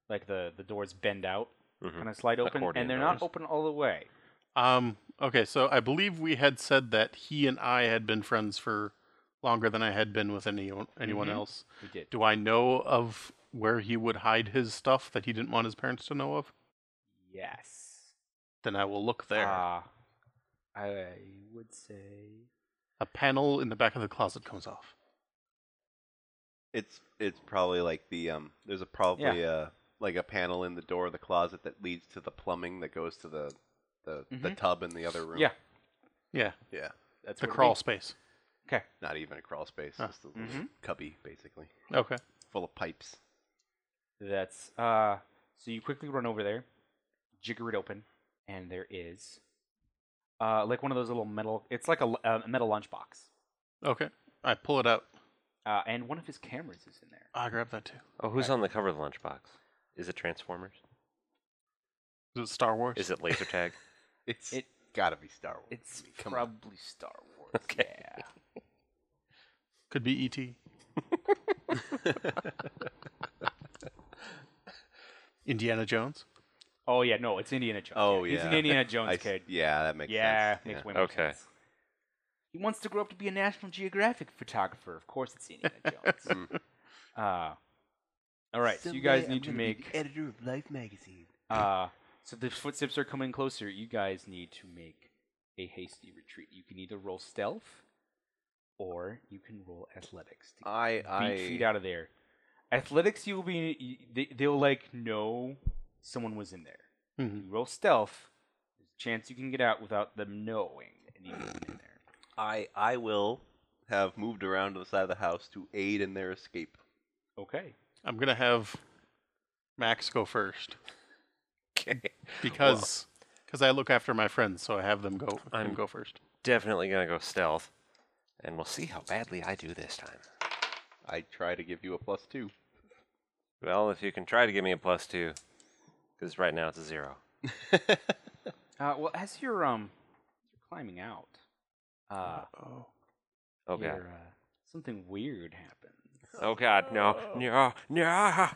Speaker 3: like the the doors bend out,
Speaker 4: Mhm.
Speaker 3: kind of slide open,
Speaker 4: Accordion
Speaker 3: and they're
Speaker 4: doors.
Speaker 3: not open all the way.
Speaker 2: Um, okay, so I believe we had said that he and I had been friends for longer than I had been with anyone anyone
Speaker 4: Mm-hmm.
Speaker 3: Mhm.
Speaker 2: else.
Speaker 3: We did.
Speaker 2: Do I know of where he would hide his stuff that he didn't want his parents to know of?
Speaker 3: Yes.
Speaker 2: Then I will look there.
Speaker 3: Ah, I would say
Speaker 2: a panel in the back of the closet comes off.
Speaker 1: It's it's probably like the um. There's a probably uh like a panel in the door of the closet that leads to the plumbing that goes to the the, the
Speaker 3: Mhm.
Speaker 1: tub in the other room.
Speaker 3: yeah.
Speaker 2: Yeah,
Speaker 1: yeah.
Speaker 3: That's
Speaker 2: the
Speaker 3: what it
Speaker 2: crawl
Speaker 3: means.
Speaker 2: space.
Speaker 3: Okay.
Speaker 1: Not even a crawl space,
Speaker 2: Huh.
Speaker 1: just a little
Speaker 3: Mm-hmm.
Speaker 1: cubby basically,
Speaker 2: Okay.
Speaker 1: full of pipes.
Speaker 3: That's uh so you quickly run over there, jigger it open, and there is uh like one of those little metal it's like a, l- a metal lunchbox.
Speaker 2: Okay. I pull it out.
Speaker 3: Uh and one of his cameras is in there.
Speaker 2: I grab that too.
Speaker 4: Oh, who's on the cover of the lunchbox? Is it Transformers?
Speaker 2: Is it Star Wars?
Speaker 4: Is it laser [laughs] tag?
Speaker 1: It's
Speaker 3: It-
Speaker 1: gotta be Star Wars.
Speaker 3: It's
Speaker 1: I mean, come on.
Speaker 3: probably Star
Speaker 1: [laughs]
Speaker 3: Wars.
Speaker 4: Okay.
Speaker 3: Yeah.
Speaker 2: Could be E
Speaker 4: [laughs]
Speaker 2: E.T. Indiana Jones.
Speaker 3: Oh yeah, no, it's Indiana Jones.
Speaker 1: Oh yeah.
Speaker 3: He's an Indiana
Speaker 1: [laughs]
Speaker 3: Jones
Speaker 1: I s-
Speaker 3: kid.
Speaker 1: Yeah, that makes
Speaker 3: yeah,
Speaker 1: sense.
Speaker 3: makes
Speaker 1: yeah.
Speaker 3: way more
Speaker 4: Okay.
Speaker 3: sense. He wants to grow up to be a National Geographic photographer. Of course, it's Indiana
Speaker 1: [laughs]
Speaker 3: Jones.
Speaker 1: Hmm.
Speaker 3: uh, all right, so you guys need to make
Speaker 1: editor of Life magazine.
Speaker 3: Uh, so the footsteps are coming closer. You guys need to make a hasty retreat. You can either roll stealth, or you can roll athletics to
Speaker 1: I
Speaker 3: beat
Speaker 1: I
Speaker 3: feet out of there. Athletics, you will be. y- They, they'll like know someone was in there.
Speaker 4: Mm-hmm.
Speaker 2: Mhm.
Speaker 3: You roll stealth. There's a chance you can get out without them knowing that anyone's in there.
Speaker 1: I I will have moved around to the side of the house to aid in their escape.
Speaker 3: Okay.
Speaker 2: I'm gonna have Max go first
Speaker 4: okay.
Speaker 2: because because I look after my friends, so I have them go.
Speaker 4: I'm-
Speaker 2: him go first.
Speaker 4: Definitely gonna go stealth, and we'll see how badly I do this time.
Speaker 1: I try to give you a plus
Speaker 3: [laughs]
Speaker 1: two.
Speaker 4: Well, if you can try to give me a plus two, because right now it's a zero.
Speaker 3: Uh, well, as you're um, you're climbing out, uh,
Speaker 2: Oh,
Speaker 4: Oh god.
Speaker 3: your, uh, something weird happens.
Speaker 4: Oh god. No. No. No.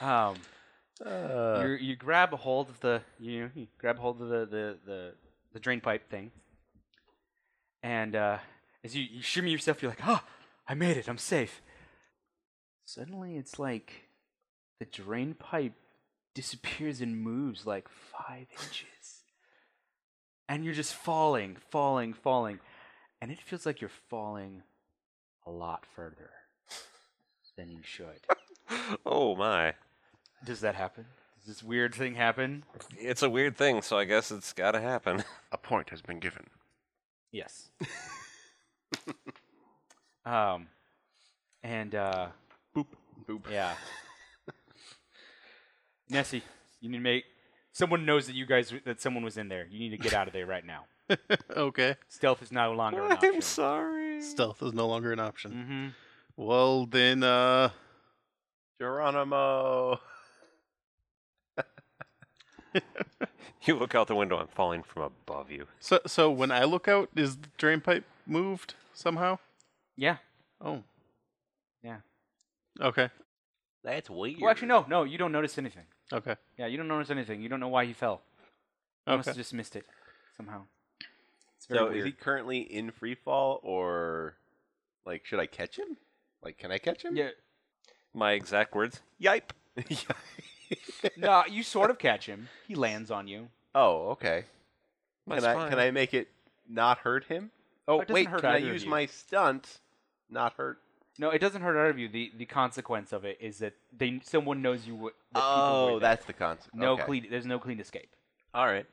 Speaker 4: Oh.
Speaker 3: Um,
Speaker 2: Uh,
Speaker 3: you you grab a hold of the you, know, you grab hold of the the the, the drain pipe thing, and uh, as you, you shimmy yourself, you're like, "Ah, I made it! I'm safe." Suddenly, it's like the drain pipe disappears and moves like five inches, and you're just falling, falling, falling, and it feels like you're falling a lot further than you should.
Speaker 4: [gasps] Oh my.
Speaker 3: Does that happen? Does this weird thing happen?
Speaker 4: It's a weird thing, so I guess it's gotta happen.
Speaker 5: A point has been given.
Speaker 3: Yes. um, and uh,
Speaker 1: Boop boop.
Speaker 3: yeah, Nessie, you need to make. Someone knows that you guys that someone was in there. You need to get out of there right now.
Speaker 2: [laughs] okay.
Speaker 3: Stealth is no longer an option.
Speaker 4: [laughs] I'm sorry.
Speaker 2: Stealth is no longer an option.
Speaker 3: Mm-hmm.
Speaker 2: Well then, uh,
Speaker 1: Geronimo.
Speaker 4: [laughs] You look out the window. I'm falling from above you.
Speaker 2: so so when I look out, is the drain pipe moved somehow?
Speaker 3: Yeah.
Speaker 2: Oh,
Speaker 3: Yeah.
Speaker 2: okay,
Speaker 1: That's weird.
Speaker 3: Well, actually, no, no. You don't notice anything.
Speaker 2: okay,
Speaker 3: Yeah, you don't notice anything. You don't know why he fell. You must
Speaker 2: okay.
Speaker 3: have just missed it somehow. It's very
Speaker 1: So
Speaker 3: weird.
Speaker 1: is he currently in free fall or Like, should I catch him? Like, can I catch him?
Speaker 3: Yeah.
Speaker 4: My exact words, yipe.
Speaker 1: Yeah.
Speaker 3: No, you sort of catch him. He lands on you.
Speaker 1: [laughs] oh, okay.
Speaker 4: That's
Speaker 1: can I
Speaker 4: fine.
Speaker 1: can
Speaker 4: [laughs]
Speaker 1: I make it not hurt him? Oh
Speaker 3: It doesn't
Speaker 1: wait,
Speaker 3: hurt
Speaker 1: can I
Speaker 3: either of
Speaker 1: use
Speaker 3: you.
Speaker 1: my stunt? Not hurt.
Speaker 3: No, it doesn't hurt either of you. The the consequence of it is that they someone knows you. What, that people
Speaker 1: Oh,
Speaker 3: were there.
Speaker 1: that's the concept.
Speaker 3: no
Speaker 1: okay.
Speaker 3: clean. There's no clean escape.
Speaker 1: All [laughs] right.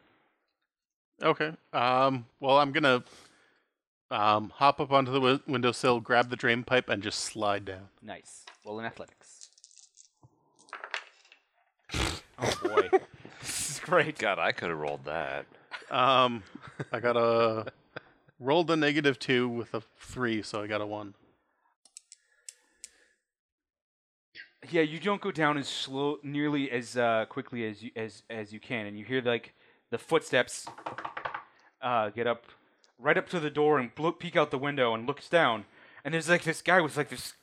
Speaker 2: Okay. Um, well, I'm gonna um, hop up onto the w- windowsill, grab the drain pipe, and just slide down.
Speaker 3: Nice. Roll in athletics. Oh boy, this is great.
Speaker 4: God, I could have rolled that. [laughs]
Speaker 2: Um, I got a rolled a negative two with a three, so I got a one.
Speaker 3: Yeah, you don't go down as slow, nearly as uh, quickly as you as as you can, and you hear like the footsteps uh, get up, right up to the door, and blo- peek out the window, and looks down, and there's like this guy with like this,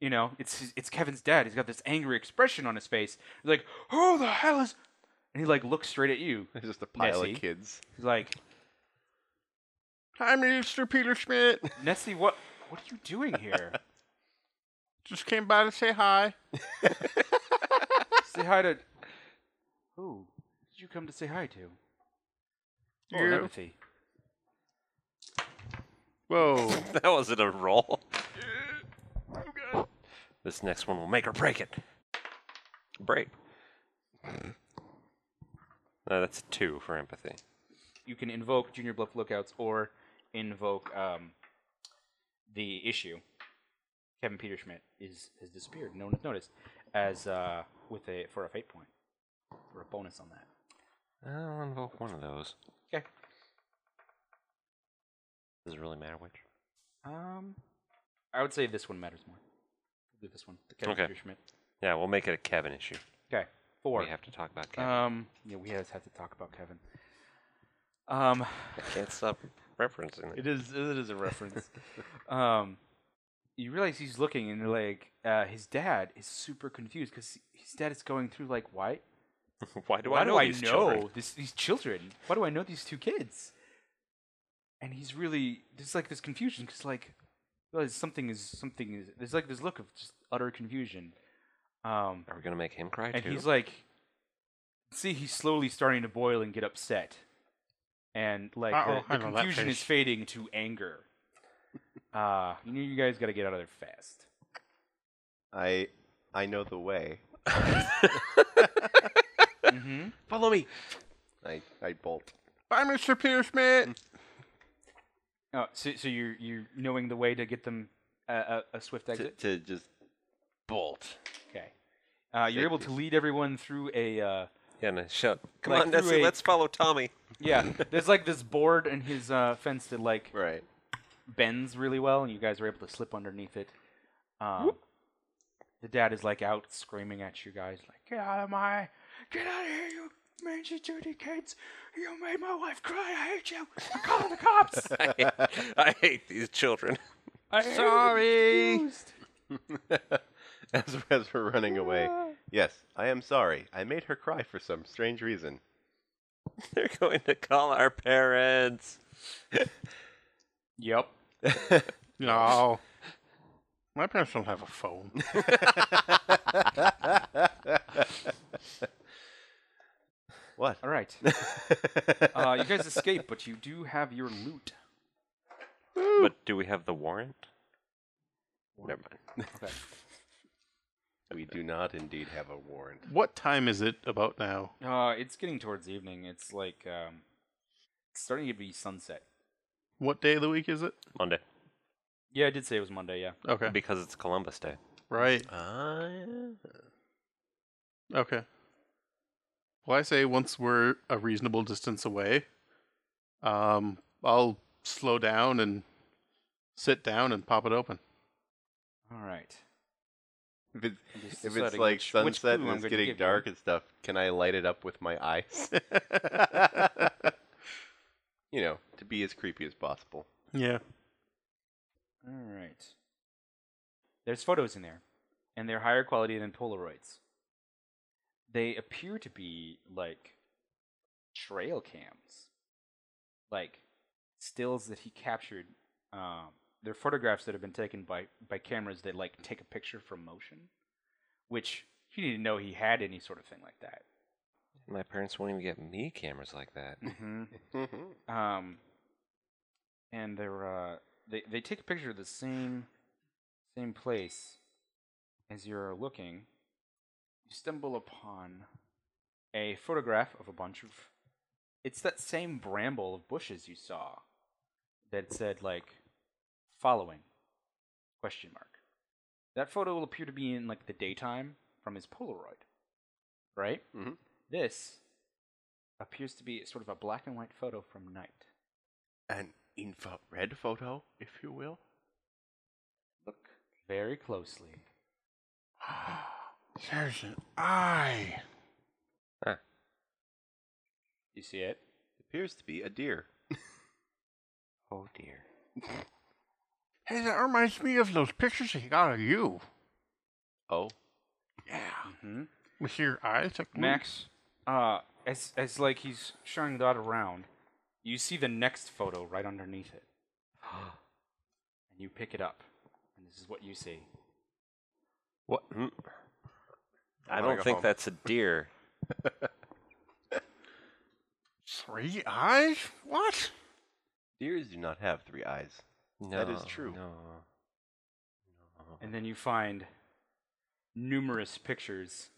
Speaker 3: you know, it's his- it's Kevin's dad. He's got this angry expression on his face. He's like, "Who the hell is?" And he like looks straight at you.
Speaker 1: There's just a pile
Speaker 3: Nessie.
Speaker 1: of kids.
Speaker 3: He's like,
Speaker 5: Hi, Mr. Peter Schmidt.
Speaker 3: "Nessie, what what are you doing here?
Speaker 5: Just came by to say hi.
Speaker 3: say hi to who? Did you come to say hi to?" Oh,
Speaker 5: You.
Speaker 3: empathy.
Speaker 2: Whoa!
Speaker 4: That wasn't a [laughs] roll. This next one will make or break it. Break. Uh, that's a two for empathy.
Speaker 3: you can invoke junior bluff lookouts or invoke um, the issue. Kevin Peterschmidt is has disappeared. No one has noticed. As uh, with a for a fate point for a bonus on that.
Speaker 4: I'll invoke one of those.
Speaker 3: Okay.
Speaker 4: Does it really matter which?
Speaker 3: Um, I would say this one matters more. We'll do this one. The Kevin
Speaker 4: Okay.
Speaker 3: Peterschmidt.
Speaker 4: Yeah, we'll make it a Kevin issue.
Speaker 3: Okay. Four.
Speaker 4: We have to talk about Kevin.
Speaker 3: um. Yeah, we always have to talk about Kevin. Um.
Speaker 4: I can't stop referencing it. [laughs]
Speaker 3: It is. It is a reference. um, you realize he's looking, and like uh, his dad is super confused because his dad is going through like, why?
Speaker 4: Why do
Speaker 3: why
Speaker 4: I know
Speaker 3: do I
Speaker 4: these
Speaker 3: know
Speaker 4: children?
Speaker 3: this, these children? Why do I know these two kids? And he's really there's like this confusion because like realize something is something is there's like this look of just utter confusion. Um,
Speaker 4: Are we gonna make him cry
Speaker 3: and
Speaker 4: too?
Speaker 3: he's like see he's slowly starting to boil and get upset and like the-
Speaker 5: Uh-oh, I
Speaker 3: the,
Speaker 5: know that
Speaker 3: confusion is
Speaker 5: face.
Speaker 3: fading to
Speaker 1: [laughs]
Speaker 3: anger uh you know you guys got to get out of there fast
Speaker 1: I I know the way.
Speaker 3: mm-hmm.
Speaker 1: Follow me. I I bolt.
Speaker 5: Bye, Mr. Peter Schmidt.
Speaker 3: oh so, so you're you're knowing the way to get them a, a, a swift
Speaker 1: To,
Speaker 3: exit
Speaker 1: to just bolt.
Speaker 3: okay uh, you're able to
Speaker 1: Safety.
Speaker 3: lead everyone through a uh,
Speaker 4: yeah, no, shut. Come
Speaker 3: Like
Speaker 4: on,
Speaker 3: through
Speaker 4: Nessie,
Speaker 3: a-
Speaker 4: let's follow Tommy.
Speaker 3: yeah there's like this board in his uh, fence that like
Speaker 1: Right.
Speaker 3: bends really well, and you guys are able to slip underneath it. Um, the dad is like out screaming at you guys, like, "Get out of my! Get out of here, you mangy dirty kids! You made my wife cry. I hate you. I'm calling the cops.
Speaker 4: [laughs] I hate, I hate these children. [laughs]
Speaker 3: I am
Speaker 5: Sorry.
Speaker 3: confused."
Speaker 1: [laughs] as as we're running away. Yes, I am sorry. I made her cry for some strange reason. [laughs]
Speaker 4: They're going to call our parents.
Speaker 3: Yep. Uh,
Speaker 5: No. My parents don't have a phone.
Speaker 1: What?
Speaker 3: All right. Uh, you guys escape, but you do have your loot.
Speaker 4: But do we have the warrant? Never mind.
Speaker 3: Okay.
Speaker 1: we do not indeed have a warrant.
Speaker 2: What time is it about now?
Speaker 3: Uh, it's getting towards evening. It's like um, it's starting to be sunset.
Speaker 2: What day of the week is it?
Speaker 4: Monday.
Speaker 3: Yeah, I did say it was Monday. Yeah.
Speaker 2: Okay.
Speaker 4: Because it's Columbus Day.
Speaker 2: Right.
Speaker 1: Ah.
Speaker 2: Okay. Well, I say once we're a reasonable distance away, um, I'll slow down and sit down and pop it open.
Speaker 3: All right.
Speaker 1: if it's,
Speaker 3: I'm just
Speaker 1: if it's
Speaker 3: deciding
Speaker 1: like
Speaker 3: which- which
Speaker 1: sunset
Speaker 3: clue
Speaker 1: and
Speaker 3: I'm
Speaker 1: it's
Speaker 3: gonna
Speaker 1: getting
Speaker 3: give you.
Speaker 1: dark and stuff, can I light it up with my
Speaker 3: [laughs]
Speaker 1: eyes? [laughs] you know, to be as creepy as possible.
Speaker 2: Yeah.
Speaker 3: All right. There's photos in there, and they're higher quality than Polaroids. They appear to be like trail cams, like stills that he captured um, they're photographs that have been taken by by cameras that like take a picture from motion, which he didn't know he had any sort of thing like that.
Speaker 4: My parents won't even get me cameras like that.
Speaker 3: Mm-hmm.
Speaker 1: Mhm.
Speaker 3: um, and they're uh, they they take a picture of the same same place as you're looking. You stumble upon a photograph of a bunch of. It's that same bramble of bushes you saw that said like following question mark. That photo will appear to be in like the daytime from his Polaroid, right?
Speaker 1: Mhm.
Speaker 3: This appears to be sort of a black and white photo from night.
Speaker 1: An infrared photo, if you will.
Speaker 3: Look very closely.
Speaker 5: There's an eye.
Speaker 3: You see it?
Speaker 1: appears to be a deer. [laughs]
Speaker 4: Oh dear.
Speaker 5: Hey, that reminds me of those pictures he got of you.
Speaker 1: Oh,
Speaker 3: Mm-hmm.
Speaker 5: With your eyes.
Speaker 3: Hmm?
Speaker 5: Like,
Speaker 3: Max, uh, as as like he's showing that around, you see the next photo right underneath [gasps] it, and you pick it up, and this is what you see.
Speaker 4: What? Mm. I
Speaker 1: wanna
Speaker 4: don't
Speaker 1: go
Speaker 4: think
Speaker 1: home.
Speaker 4: that's a [laughs] deer.
Speaker 5: Three eyes? What?
Speaker 1: deers do not have three eyes. That is
Speaker 4: No,
Speaker 1: true.
Speaker 4: No.
Speaker 3: And then you find numerous pictures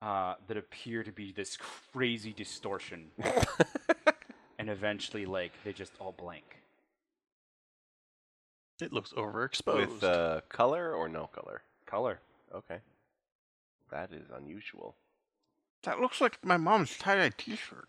Speaker 3: uh, that appear to be this crazy [laughs] distortion, and eventually, like they just all blank.
Speaker 2: It looks overexposed.
Speaker 1: With uh, color or no color?
Speaker 3: Color.
Speaker 1: Okay. That is unusual.
Speaker 5: That looks like my mom's tie dye t shirt.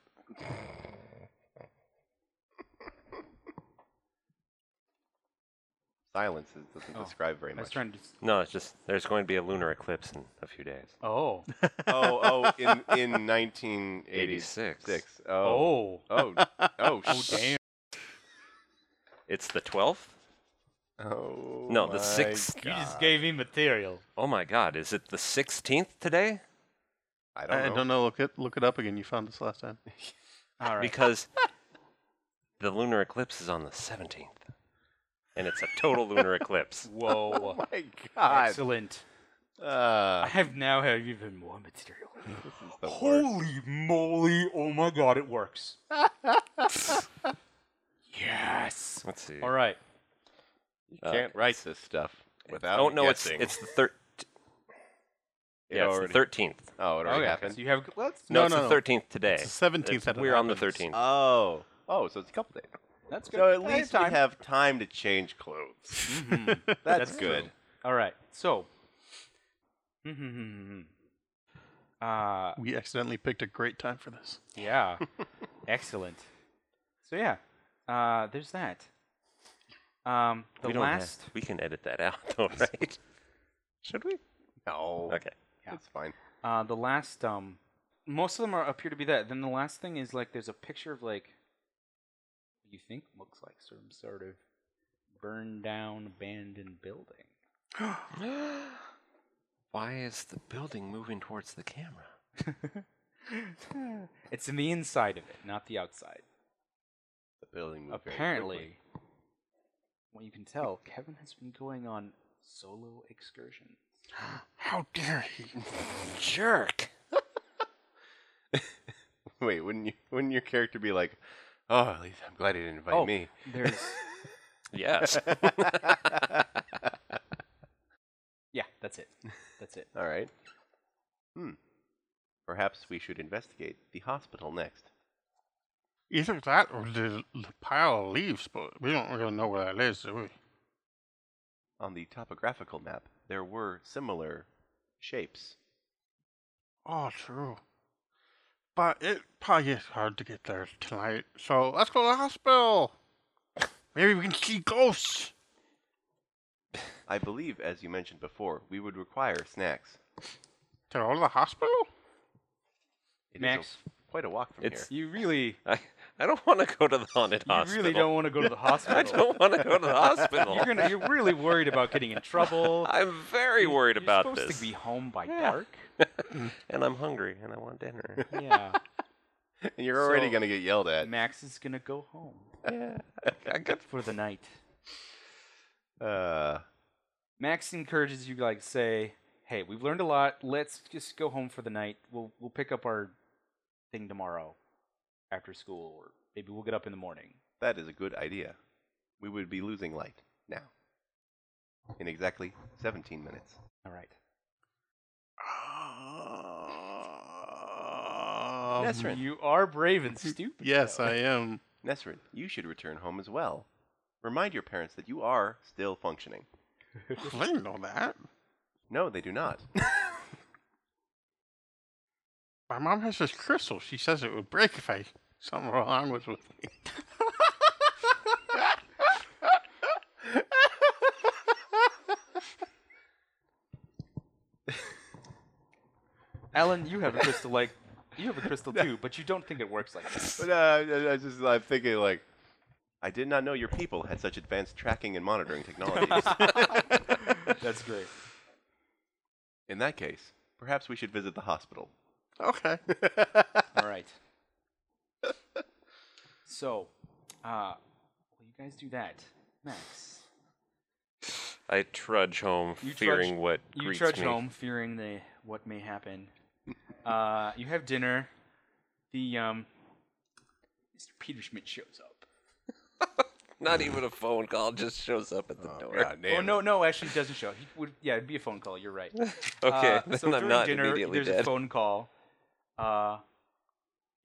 Speaker 1: Silence is, doesn't
Speaker 3: Oh,
Speaker 1: describe very
Speaker 3: I was
Speaker 1: much.
Speaker 3: trying to.
Speaker 4: No, it's just there's going to be a lunar eclipse in a few days.
Speaker 3: Oh.
Speaker 1: [laughs] oh, oh, in [laughs] in 1986.
Speaker 4: 86.
Speaker 1: Oh,
Speaker 3: Oh.
Speaker 1: oh, oh, [laughs] oh,
Speaker 3: damn.
Speaker 4: It's the 12th?
Speaker 1: Oh,
Speaker 4: No, the
Speaker 1: my
Speaker 4: 6th.
Speaker 3: You just gave me material.
Speaker 4: Oh my god, is it the 16th today?
Speaker 1: I don't
Speaker 2: I I
Speaker 1: know.
Speaker 2: don't know. Look it look it up again. You found this last time.
Speaker 3: All right.
Speaker 4: Because [laughs] the lunar eclipse is on the 17th. And it's a
Speaker 3: [laughs]
Speaker 4: total lunar eclipse.
Speaker 3: Whoa.
Speaker 1: My God.
Speaker 3: Excellent. I
Speaker 1: Uh,
Speaker 3: have now have even more material.
Speaker 1: this is the worst.
Speaker 3: Holy moly. Oh my god, it works. [laughs] yes.
Speaker 4: Let's see.
Speaker 3: All right.
Speaker 1: You can't write this stuff without.
Speaker 4: Oh no, it's
Speaker 1: guessing.
Speaker 4: it's the thir-
Speaker 1: It
Speaker 4: yeah,
Speaker 1: already,
Speaker 4: it's the 13th.
Speaker 1: Oh, it already happened.
Speaker 3: So you have let's
Speaker 4: No,
Speaker 2: No,
Speaker 4: it's
Speaker 2: no,
Speaker 4: the
Speaker 2: no.
Speaker 4: 13th today.
Speaker 2: It's the 17th
Speaker 4: It's-
Speaker 2: that it
Speaker 4: We're on the
Speaker 2: happens.
Speaker 3: Uh,
Speaker 4: 13th.
Speaker 1: Oh, oh, so it's a couple days.
Speaker 3: That's good.
Speaker 1: So at
Speaker 3: That's
Speaker 1: least we
Speaker 3: time.
Speaker 1: have time to change clothes.
Speaker 3: Mhm.
Speaker 1: [laughs] That's,
Speaker 3: That's
Speaker 1: good.
Speaker 3: true. All right. So [laughs] uh
Speaker 2: We accidentally picked a great time for this.
Speaker 3: yeah. Excellent. So yeah. Uh there's that. Um the
Speaker 4: we don't have-
Speaker 3: last
Speaker 4: we can edit that out [laughs]
Speaker 3: [laughs]
Speaker 4: though, right? Should we?
Speaker 1: No,
Speaker 4: Okay.
Speaker 3: Yeah.
Speaker 1: that's fine.
Speaker 3: Uh, the last um, most of them are appear to be that. Then the last thing is like there's a picture of like you think looks like some sort of burned down abandoned building. [laughs]
Speaker 4: Why is the building moving towards the camera?
Speaker 3: it's in the inside of it, not the outside.
Speaker 1: The building moved very quickly.
Speaker 3: Apparently, what you can tell, Kevin has been going on solo excursions.
Speaker 5: How dare he?
Speaker 4: Jerk.
Speaker 1: [laughs] Wait, wouldn't you? Wouldn't your character be like, "Oh, at least I'm glad he didn't invite
Speaker 3: oh, [laughs]
Speaker 1: me."
Speaker 3: there's
Speaker 4: Yes.
Speaker 3: yeah, that's it, that's it.
Speaker 1: All right. Hmm. Perhaps we should investigate the hospital next.
Speaker 5: Either that or the, the pile of leaves, but we don't really know where that is, do we?
Speaker 1: On the topographical map, there were similar shapes.
Speaker 5: Oh, true. But it probably is hard to get there tonight, so let's go to the hospital! Maybe we can see ghosts!
Speaker 1: I believe, as you mentioned before, we would require snacks.
Speaker 5: To go to the hospital?
Speaker 1: It is
Speaker 3: Max.
Speaker 1: a, quite a walk from
Speaker 4: It's-
Speaker 1: here.
Speaker 3: You really,
Speaker 4: [laughs] I, I don't want to go to the haunted
Speaker 3: you
Speaker 4: hospital.
Speaker 3: really don't want to go to the hospital.
Speaker 4: [laughs] I don't want to
Speaker 3: [laughs]
Speaker 4: go to the hospital.
Speaker 3: You're gonna. You're really worried about getting in trouble.
Speaker 4: [laughs] I'm very
Speaker 3: You-
Speaker 4: worried
Speaker 3: you're
Speaker 4: about
Speaker 3: supposed
Speaker 4: this.
Speaker 3: to be home by
Speaker 4: Yeah. [laughs]
Speaker 3: dark.
Speaker 4: and I'm hungry and I want dinner.
Speaker 3: Yeah.
Speaker 1: And [laughs] you're already
Speaker 3: So-
Speaker 1: going to get yelled at.
Speaker 3: Max is gonna go home
Speaker 1: [laughs]
Speaker 4: yeah. I, I got
Speaker 3: for the night.
Speaker 1: Uh,
Speaker 3: Max encourages you to like say, "Hey, we've learned a lot. Let's just go home for the night. We'll we'll pick up our thing tomorrow after school, or maybe we'll get up in the morning."
Speaker 1: that is a good idea. We would be losing light now. In exactly 17 minutes.
Speaker 3: All right.
Speaker 2: Um,
Speaker 1: Nesrin.
Speaker 3: You are brave and stupid.
Speaker 2: Yes,
Speaker 3: though.
Speaker 2: I am.
Speaker 1: Nesrin, you should return home as well. Remind your parents that you are still functioning.
Speaker 2: I didn't know that.
Speaker 1: No, they do [laughs] not.
Speaker 2: My mom has this crystal. She says it would break if I something wrong was with me.
Speaker 3: Alan, you have a crystal like you have a
Speaker 4: [laughs]
Speaker 3: crystal too, but you don't think it works like that.
Speaker 1: but uh, I, I just, I'm thinking like, I did not know your people had such advanced tracking and monitoring [laughs] technologies.
Speaker 5: [laughs]
Speaker 3: That's great.
Speaker 1: In that case, perhaps we should visit the hospital.
Speaker 2: Okay.
Speaker 3: All right. So, uh, will you guys do that, Max?
Speaker 4: I trudge home,
Speaker 3: You
Speaker 4: fearing
Speaker 3: trudge-
Speaker 4: what
Speaker 3: You
Speaker 4: greets
Speaker 3: trudge
Speaker 4: me.
Speaker 3: home, fearing the what may happen. uh, you have dinner. The um, Mr. Peter Schmidt shows up.
Speaker 4: Not even a phone call just shows up at the door.
Speaker 3: oh no, no, actually, he doesn't show. up. He would, yeah, it'd be a phone call. You're right.
Speaker 4: [laughs] Okay,
Speaker 3: Uh,
Speaker 4: then
Speaker 3: so
Speaker 4: I'm
Speaker 3: during
Speaker 4: not
Speaker 3: dinner,
Speaker 4: immediately
Speaker 3: there's a
Speaker 4: dead.
Speaker 3: phone call. Uh,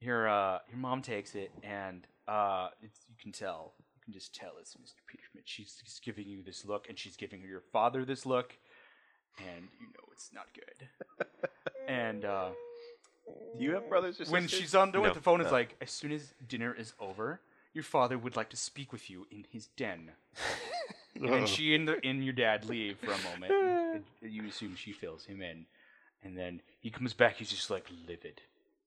Speaker 3: your uh, your mom takes it, and uh, it's, you can tell, you can just tell it's Mr. Peterman. She's, she's giving you this look, and she's giving your father this look, and you know it's not good. and uh,
Speaker 1: Do you have brothers or sisters?
Speaker 3: when she's on the, with
Speaker 4: No.
Speaker 3: the phone, it's like as soon as dinner is over, your father would like to speak with you in his
Speaker 2: [laughs]
Speaker 3: den. and then she and, the, and your dad leave for a moment. and- and you assume she fills him in, and then he comes back. He's just like livid.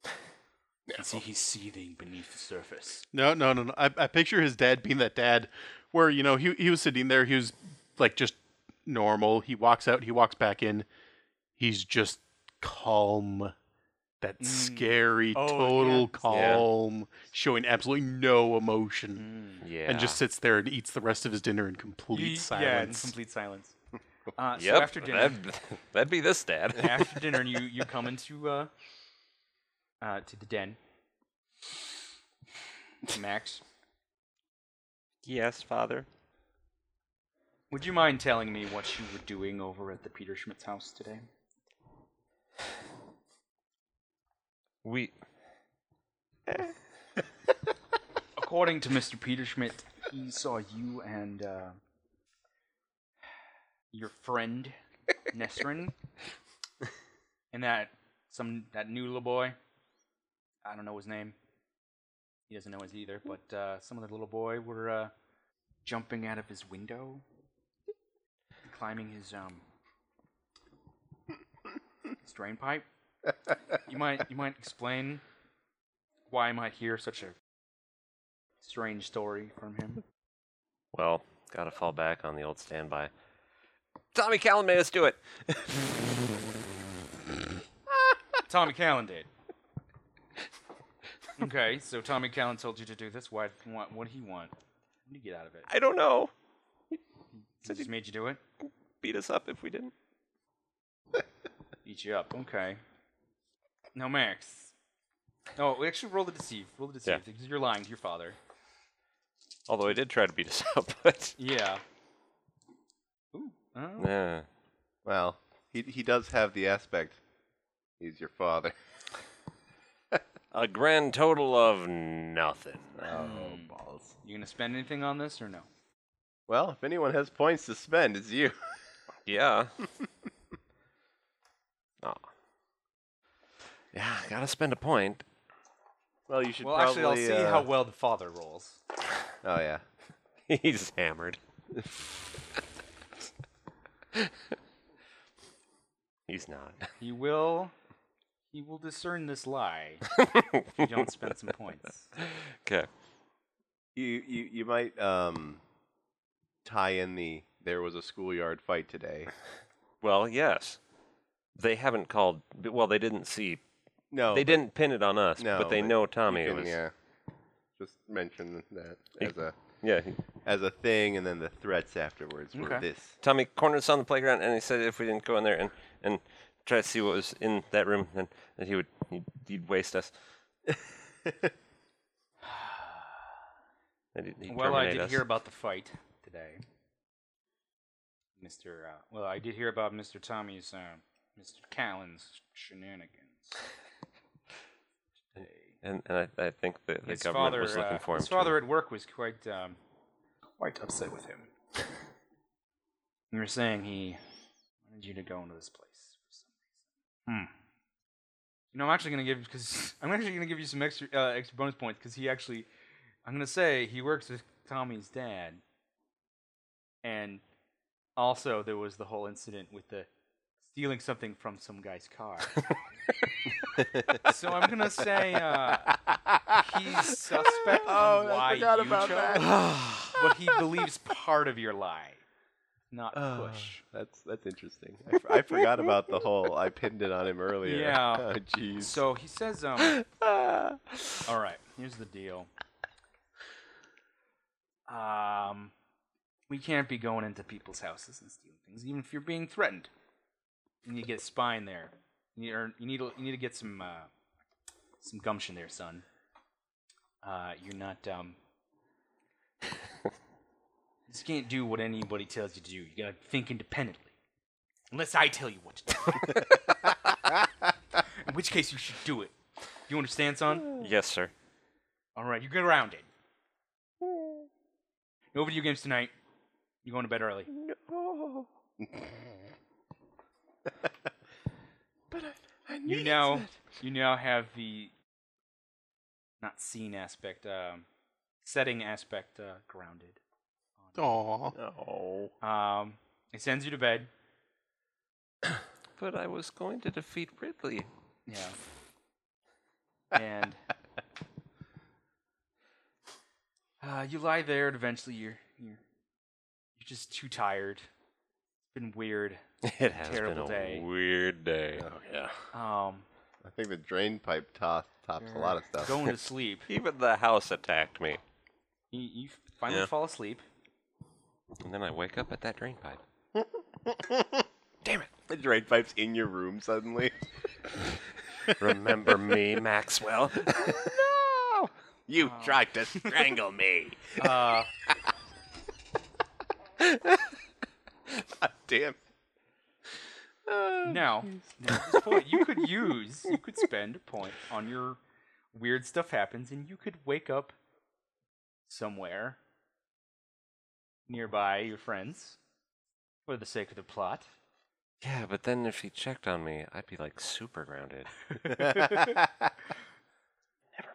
Speaker 3: You can see he's seething beneath the surface.
Speaker 2: No, no, no, no. I, I picture his dad being that dad where, you know, he he was sitting there, he was like just normal. He walks out, he walks back in. He's just calm. That scary,
Speaker 3: Mm. Oh,
Speaker 2: total
Speaker 3: yeah.
Speaker 2: calm, showing absolutely no emotion.
Speaker 4: yeah.
Speaker 2: And just sits there and eats the rest of his dinner in complete
Speaker 3: Mm. Ye- Yeah, in
Speaker 2: silence.
Speaker 3: complete
Speaker 4: [laughs]
Speaker 3: silence. Uh,
Speaker 4: yep,
Speaker 3: So after
Speaker 4: [laughs]
Speaker 3: dinner,
Speaker 4: That'd, that'd be this dad.
Speaker 3: after dinner, you you come into uh, uh, to the den. Max,
Speaker 4: [laughs] yes, father.
Speaker 3: would you mind telling me what you were doing over at the Peter Schmidt's house today?
Speaker 4: We
Speaker 3: According to Mr. Peter Schmidt, he saw you and uh, your friend Nesrin, and that some that new little boy. I don't know his name. He doesn't know his either. But uh, some of the little boy were uh, jumping out of his window, climbing his um his drain pipe. You might you might explain why I might hear such a strange story from him.
Speaker 4: well gotta fall back on the old standby. Tommy Callan made us do it.
Speaker 3: [laughs] Tommy Callan did. Okay, so Tommy Callan told you to do this. Why? What? What did he want? What did you get out of it?
Speaker 4: I don't know.
Speaker 3: He just made you do it.
Speaker 4: Beat us up if we didn't.
Speaker 3: Eat you up. Okay. Now Max. No, we actually roll the deceive. Roll the deceive. Because You're lying to your father.
Speaker 4: Although I did try to beat us [laughs] up, but
Speaker 3: Yeah. Ooh. Oh.
Speaker 4: yeah.
Speaker 1: Well, he he does have the aspect. He's your father.
Speaker 4: a grand total of nothing.
Speaker 1: Oh balls.
Speaker 3: You gonna spend anything on this or no?
Speaker 1: Well, if anyone has points to spend, it's you. [laughs]
Speaker 4: Yeah. oh. Yeah, gotta spend a point. [laughs]
Speaker 1: Well, you should
Speaker 3: Well,
Speaker 1: probably.
Speaker 3: actually, I'll see
Speaker 1: uh,
Speaker 3: how well the father rolls.
Speaker 1: Oh yeah.
Speaker 4: He's hammered. [laughs] He's not. [laughs]
Speaker 3: He will. He will discern this lie. if you don't spend some points.
Speaker 4: Okay.
Speaker 1: You you you might um tie in the there was a schoolyard fight today.
Speaker 4: Well, yes. They haven't called. b- Well, they didn't see.
Speaker 1: [laughs] No,
Speaker 4: they
Speaker 1: Oh, but
Speaker 4: didn't pin it on us,
Speaker 1: No,
Speaker 4: but they
Speaker 1: but
Speaker 4: know
Speaker 1: you
Speaker 4: Tommy
Speaker 1: can,
Speaker 4: was.
Speaker 1: Yeah. Just mention that
Speaker 4: You-
Speaker 1: as a
Speaker 4: Yeah. He,
Speaker 1: as a thing, and then the threats afterwards were
Speaker 3: Okay. [laughs]
Speaker 1: this.
Speaker 4: Tommy cornered us on the playground, and he said if we didn't go in there and, and try to see what was in that room, then that he would he'd, he'd waste us. That he'd, he'd
Speaker 3: well, I
Speaker 4: terminate
Speaker 3: did
Speaker 4: us.
Speaker 3: hear about the fight today, Mister. Uh, well, I did hear about Mister Tommy's, uh, Mister Callan's shenanigans.
Speaker 4: And, and I, I think the, the
Speaker 3: his
Speaker 4: government
Speaker 3: father,
Speaker 4: was looking
Speaker 3: uh,
Speaker 4: for him.
Speaker 3: his
Speaker 4: too.
Speaker 3: father at work was quite, um, quite upset with him. [laughs] you were saying he wanted you to go into this place for some reason. Hmm. You know, I'm actually gonna give because [laughs] I'm actually gonna give you some extra uh, extra bonus points because he actually, I'm gonna say he works with Tommy's dad, and also there was the whole incident with the stealing something from some guy's car.
Speaker 4: [laughs]
Speaker 3: so I'm gonna say uh,
Speaker 1: [laughs]
Speaker 3: he's suspect
Speaker 2: Oh,
Speaker 3: on
Speaker 2: I
Speaker 3: why
Speaker 2: forgot
Speaker 3: you
Speaker 2: about
Speaker 3: chose, [sighs] but he believes part of your lie, not push.
Speaker 1: That's that's interesting. I, f- I forgot about the whole. I pinned it on him earlier.
Speaker 3: Yeah.
Speaker 1: [laughs] Oh, jeez.
Speaker 3: So he says, um, all right, here's the deal. Um, we can't be going into people's houses and stealing things, even if you're being threatened. You need to get spine there. You need, or you need, to, you need to get some, uh, some gumption there, son. Uh, you're not dumb. you just can't do what anybody tells you to do. You gotta think independently. Unless I tell you what to do. In which case, you should do it. You understand, son?
Speaker 4: Yes, sir.
Speaker 3: All right, you get grounded.
Speaker 1: Hmm.
Speaker 3: No video games tonight. You're going to bed early. [laughs]
Speaker 1: but I, I
Speaker 3: You now, you now have the not seen aspect, um, setting aspect uh, grounded.
Speaker 2: Aw.
Speaker 1: Oh.
Speaker 3: Um, it sends you to bed.
Speaker 4: But I was going to defeat Ridley.
Speaker 3: Yeah. and uh, [laughs] you lie there, and eventually you're you're you're just too tired. It's been weird.
Speaker 4: [laughs] It has
Speaker 3: Terrible
Speaker 4: been a
Speaker 3: day. Oh,
Speaker 4: weird day.
Speaker 3: Um,
Speaker 1: I think the drain pipe to- tops a lot of stuff. [laughs]
Speaker 3: Going to sleep.
Speaker 4: Even the house attacked me.
Speaker 3: You, you finally
Speaker 4: Yeah.
Speaker 3: fall asleep.
Speaker 4: And then I wake up at that drain pipe.
Speaker 1: Damn it! The drain pipe's in your room suddenly. [laughs]
Speaker 3: [laughs]
Speaker 4: Remember me, Maxwell? [laughs]
Speaker 1: You tried to strangle me.
Speaker 3: Oh. [laughs] Uh,
Speaker 1: [laughs] God damn. [laughs]
Speaker 4: Oh,
Speaker 3: now, at this point, you could use, you could spend a point on your weird stuff happens, and you could wake up somewhere nearby your friends for the sake of the plot.
Speaker 4: yeah, but then if he checked on me, I'd be like super grounded. Never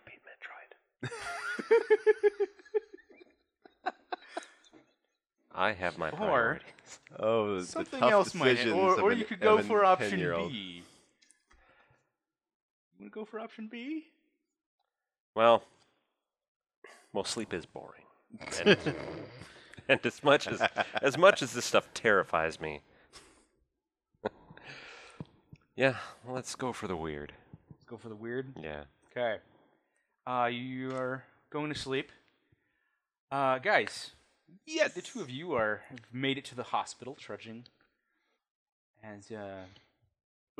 Speaker 4: beat Metroid. I have my
Speaker 3: Or-
Speaker 4: priorities.
Speaker 1: oh, the
Speaker 3: Something
Speaker 1: tough
Speaker 3: else might,
Speaker 1: decisions
Speaker 3: or,
Speaker 1: of
Speaker 3: or
Speaker 1: an-
Speaker 3: you could
Speaker 1: of
Speaker 3: go
Speaker 1: an
Speaker 3: for option
Speaker 1: 10-year-old.
Speaker 3: B. You want to go for option B?
Speaker 4: Well, well, sleep is boring, and, [laughs] and as much as as much as this stuff terrifies me, [laughs] yeah, let's go for the weird.
Speaker 3: Let's go for the weird.
Speaker 4: Yeah,
Speaker 3: Okay. Uh, you are going to sleep. Uh, guys. Yes. The two of you are have made it to the hospital, trudging. As uh,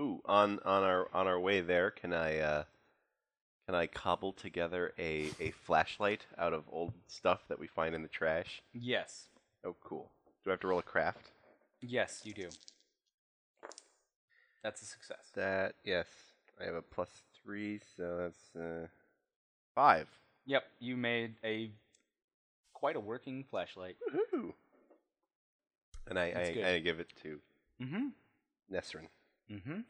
Speaker 1: Ooh, on on our on our way there, can I uh can I cobble together a a flashlight out of old stuff that we find in the trash?
Speaker 3: yes,
Speaker 1: Oh, cool. Do I have to roll a craft?
Speaker 3: yes, you do. That's a success.
Speaker 1: That yes, I have a plus three, so that's uh five.
Speaker 3: Yep, you made a quite a working flashlight.
Speaker 1: Woohoo! And
Speaker 3: That's
Speaker 1: I
Speaker 3: good.
Speaker 1: I, I give it to
Speaker 3: Mm-hmm.
Speaker 1: Nesrin.
Speaker 3: Mm-hmm.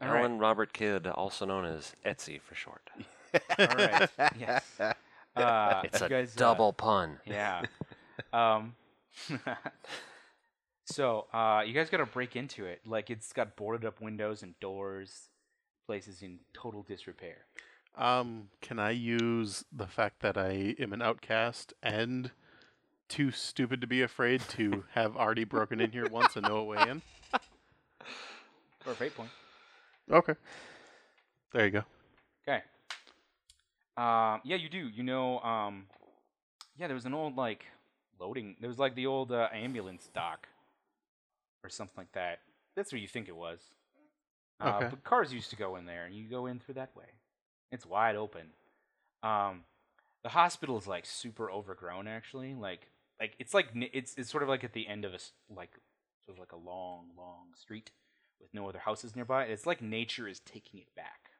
Speaker 3: All right.
Speaker 4: Alan Robert Kidd, also known as Etsy for short.
Speaker 3: All
Speaker 1: [laughs]
Speaker 3: right. Yes. Uh,
Speaker 4: It's
Speaker 3: you
Speaker 4: a
Speaker 3: guys, uh,
Speaker 4: double pun.
Speaker 3: [laughs]
Speaker 4: [laughs]
Speaker 3: Yeah. um, [laughs] so uh, you guys got to break into it. Like it's got boarded up windows and doors. Places in total disrepair.
Speaker 2: Um, can I use the fact that I am an outcast and too stupid to be afraid to have already broken in here once and know a way in?
Speaker 3: Or a fate point.
Speaker 2: Okay. There you go.
Speaker 3: Uh, Okay. Um, yeah, you do. You know, um, Yeah, there was an old like loading. There was like the old uh, ambulance dock or something like that. That's what you think it was. Uh,
Speaker 2: Okay.
Speaker 3: But cars used to go in there, and you go in through that way. It's wide open. Um, the hospital is like super overgrown, actually. Like, like it's like n- it's it's sort of like at the end of a s- like sort of like a long, long street with no other houses nearby. It's like nature is taking it back.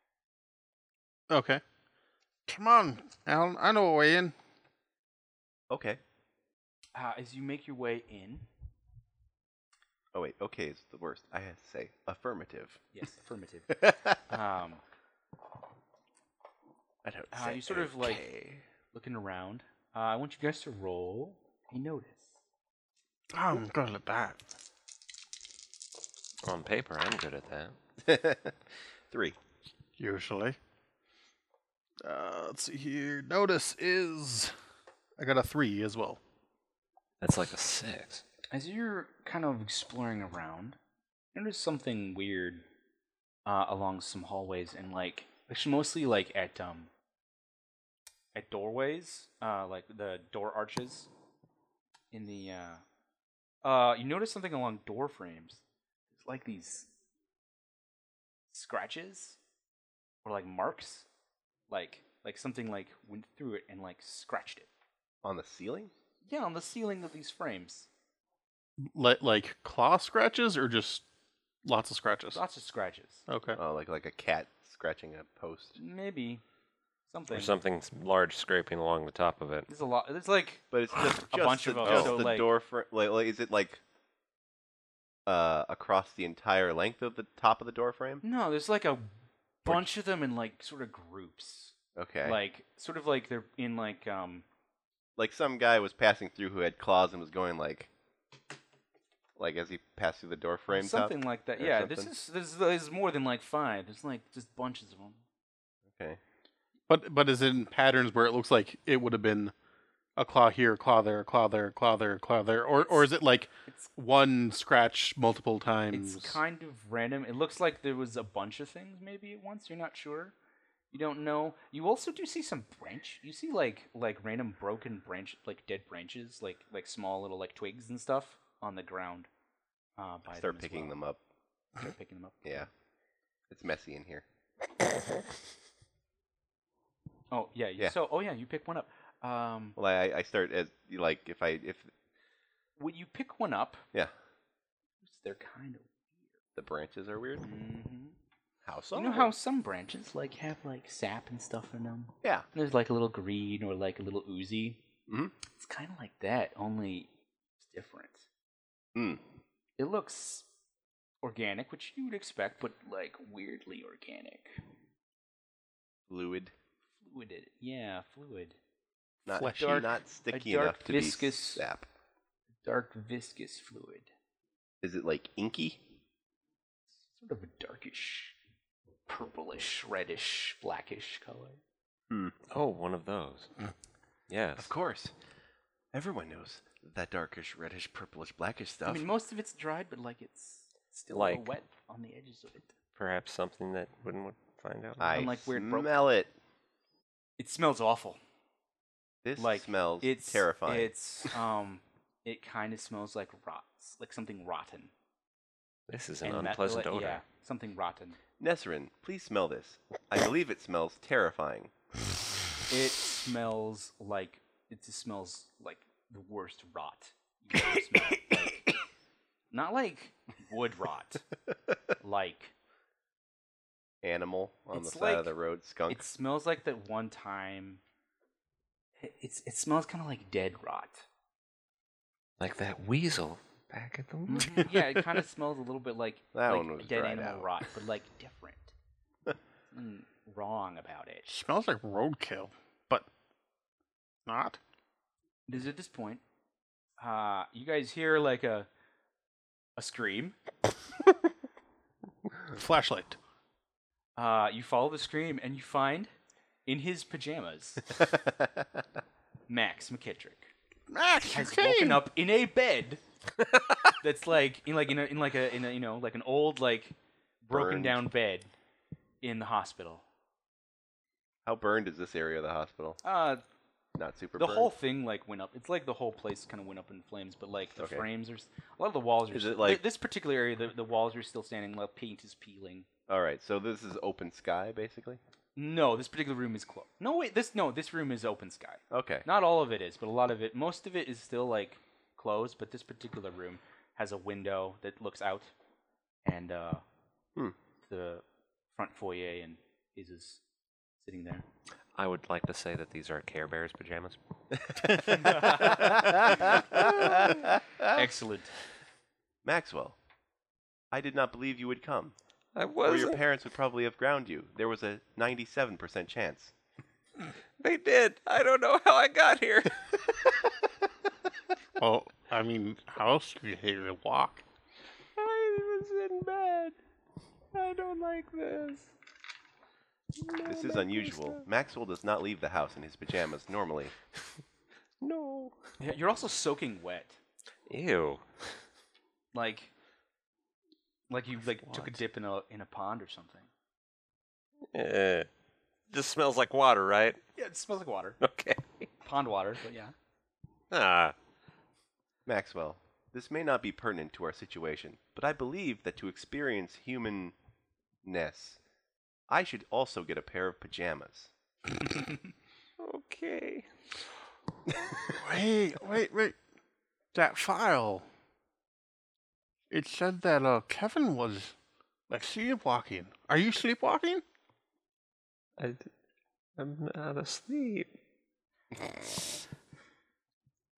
Speaker 2: Okay.
Speaker 5: Come on, Alan. I know a way in.
Speaker 1: Okay.
Speaker 3: Uh, as you make your way in,
Speaker 1: Oh wait, okay is the worst. I have to say
Speaker 3: [laughs]
Speaker 1: affirmative.
Speaker 3: yes, affirmative.
Speaker 1: I
Speaker 3: Um,
Speaker 1: don't.
Speaker 3: Uh, you sort of, like- looking around, uh, I want you guys to roll a notice.
Speaker 5: I'm good at that.
Speaker 4: On paper, I'm good at that.
Speaker 1: like [laughs] three.
Speaker 5: Usually.
Speaker 2: Uh, let's see here. Notice is. I got a three as well.
Speaker 4: That's like a six.
Speaker 3: As you're kind of exploring around, you notice something weird uh, along some hallways and like, actually mostly like at um, at doorways, uh, like the door arches in the. Uh, uh, you notice something along door frames. It's like these scratches or like marks, like like something like went through it and like scratched it.
Speaker 1: On the ceiling?
Speaker 3: Yeah, on the ceiling of these frames.
Speaker 2: Li- like claw scratches or just lots of scratches?
Speaker 3: Lots of scratches.
Speaker 2: Okay.
Speaker 1: Oh, like like a cat scratching a post.
Speaker 3: Maybe something.
Speaker 4: Or something s- large scraping along the top of it.
Speaker 3: There's a lot. There's like
Speaker 1: But it's just,
Speaker 3: [gasps]
Speaker 1: just
Speaker 3: A bunch
Speaker 1: the,
Speaker 3: of 'em,
Speaker 1: just
Speaker 3: so,
Speaker 1: the
Speaker 3: like-
Speaker 1: door frame. Like, like, is it like uh, across the entire length of the top of the door frame?
Speaker 3: no. There's like a bunch of them in like sort of groups.
Speaker 1: Okay.
Speaker 3: Like sort of like they're in like um.
Speaker 1: like some guy was passing through who had claws and was going like like as he passed through the door frame top?
Speaker 3: something like that.
Speaker 1: or
Speaker 3: Yeah. This
Speaker 1: something.
Speaker 3: is there's there's more than like five. There's like just bunches of them.
Speaker 1: okay
Speaker 2: But but is in patterns where it looks like it would have been a claw here, a claw there, a claw there, a claw there, a claw there, or or is it like
Speaker 3: It's
Speaker 2: one scratch multiple times?
Speaker 3: it's kind of random. It looks like there was a bunch of things maybe at once. You're not sure. You don't know. You also do see some branch. You see like like random broken branch, like dead branches, like like small little like twigs and stuff on the ground. Uh, by
Speaker 1: start
Speaker 3: them as
Speaker 1: picking
Speaker 3: well.
Speaker 1: them up
Speaker 3: Start picking them up.
Speaker 1: yeah it's messy in here
Speaker 3: Oh yeah, yeah.
Speaker 1: Yeah.
Speaker 3: So oh yeah, you pick one up. Um,
Speaker 1: well i i start as like if i if
Speaker 3: when you pick one up,
Speaker 1: yeah
Speaker 3: they're kind of. mm-hmm.
Speaker 1: the branches are weird how so
Speaker 3: You know how some branches like have like sap and stuff in them.
Speaker 1: yeah
Speaker 3: And there's like a little green or like a little oozy.
Speaker 1: Mhm.
Speaker 3: It's kind of like that, only it's different.
Speaker 1: mm.
Speaker 3: It looks organic, which you would expect, but like weirdly organic,
Speaker 1: fluid
Speaker 3: fluided. Yeah, fluid,
Speaker 1: not
Speaker 2: Fleshy.
Speaker 1: dark- not sticky
Speaker 3: dark
Speaker 1: enough to
Speaker 3: viscous-
Speaker 1: be sap
Speaker 3: dark viscous fluid,
Speaker 1: is it like inky
Speaker 3: sort of a darkish, purplish, reddish, blackish color.
Speaker 4: Oh, one of those.
Speaker 3: Mm.
Speaker 4: Yes.
Speaker 1: course everyone knows that darkish reddish purplish blackish stuff
Speaker 3: I mean, most of it's dried, but like it's still a little
Speaker 4: Like-
Speaker 3: wet on the edges of it.
Speaker 4: Perhaps something that wouldn't wa- find out.
Speaker 1: i
Speaker 3: unlike weird broke-
Speaker 1: smell it
Speaker 3: It smells awful.
Speaker 1: this
Speaker 3: like
Speaker 1: smells
Speaker 3: it's
Speaker 1: terrifying
Speaker 3: It's um, it kind of smells like rots, like something rotten.
Speaker 4: This is an
Speaker 3: And that-
Speaker 4: unpleasant
Speaker 3: like,
Speaker 4: odor.
Speaker 3: Yeah, something rotten.
Speaker 1: Nesrin, please smell this. I believe it smells terrifying.
Speaker 3: It smells like it just smells like the worst rot. you've ever [coughs] smelled. Like- not like wood [laughs] rot, like
Speaker 1: Animal on
Speaker 3: It's
Speaker 1: the side of the
Speaker 3: like-
Speaker 1: road, skunk.
Speaker 3: It smells like that one time. It, it's it smells kind of like dead rot.
Speaker 4: Like that weasel back at the woods.
Speaker 3: yeah, it kind of smells a little bit like
Speaker 1: [laughs] That
Speaker 3: like
Speaker 1: one was
Speaker 3: dead
Speaker 1: dried
Speaker 3: animal
Speaker 1: out.
Speaker 3: rot, but like
Speaker 1: [laughs]
Speaker 3: different. Something wrong about it.
Speaker 2: smells like roadkill, but not.
Speaker 3: It is at this point. Uh, you guys hear like a a scream.
Speaker 2: Flashlight.
Speaker 3: Uh, you follow the scream and you find in his
Speaker 1: [laughs]
Speaker 3: pajamas Max McKittrick.
Speaker 5: Max, you
Speaker 3: has woken
Speaker 5: came.
Speaker 3: up in a bed [laughs] that's like in like in a, in like a in a you know like an old like broken
Speaker 1: Burned.
Speaker 3: down bed in the hospital.
Speaker 1: How burned is this area of the hospital?
Speaker 3: Uh,
Speaker 1: not super.
Speaker 3: The
Speaker 1: burned?
Speaker 3: whole thing like went up. It's like the whole place kind of went up in flames, but like the
Speaker 1: Okay.
Speaker 3: frames are s- a lot of the walls are.
Speaker 1: Is
Speaker 3: st-
Speaker 1: it, like-
Speaker 3: thi- this particular area? The, the walls are still standing. Like paint is peeling.
Speaker 1: All right, so this is open sky basically.
Speaker 3: No, this particular room is closed. No wait, this no, this room is open sky.
Speaker 1: Okay.
Speaker 3: Not all of it is, but a lot of it. Most of it is still like closed, but this particular room has a window that looks out, and uh,
Speaker 1: Hmm.
Speaker 3: the front foyer and is is sitting there.
Speaker 4: I would like to say that these are Care Bears pajamas.
Speaker 3: Excellent.
Speaker 1: [laughs] Maxwell, I did not believe you would come,
Speaker 4: I
Speaker 1: or
Speaker 4: was.
Speaker 1: your parents would probably have ground you. There was a 97% chance.
Speaker 4: They did. I don't know how I got here.
Speaker 2: Well, I mean, how else do you hear to walk?
Speaker 4: I was in bed. I don't like this.
Speaker 1: This is unusual. Maxwell does not leave the house in his pajamas normally.
Speaker 4: No.
Speaker 3: Yeah, You're also soaking wet.
Speaker 4: [laughs] Ew.
Speaker 3: Like, like you like took a dip in a in a pond or something.
Speaker 4: Eh. Just smells like water, right? [laughs]
Speaker 3: Yeah, it smells like water.
Speaker 4: Okay.
Speaker 3: Pond water, but yeah.
Speaker 4: Ah.
Speaker 1: Maxwell, this may not be pertinent to our situation, but I believe that to experience humanness, I should also get a pair of pajamas.
Speaker 4: Okay.
Speaker 5: Wait, wait, wait. That file. It said that uh Kevin was like sleepwalking. Are you sleepwalking?
Speaker 4: I, d- I'm not asleep.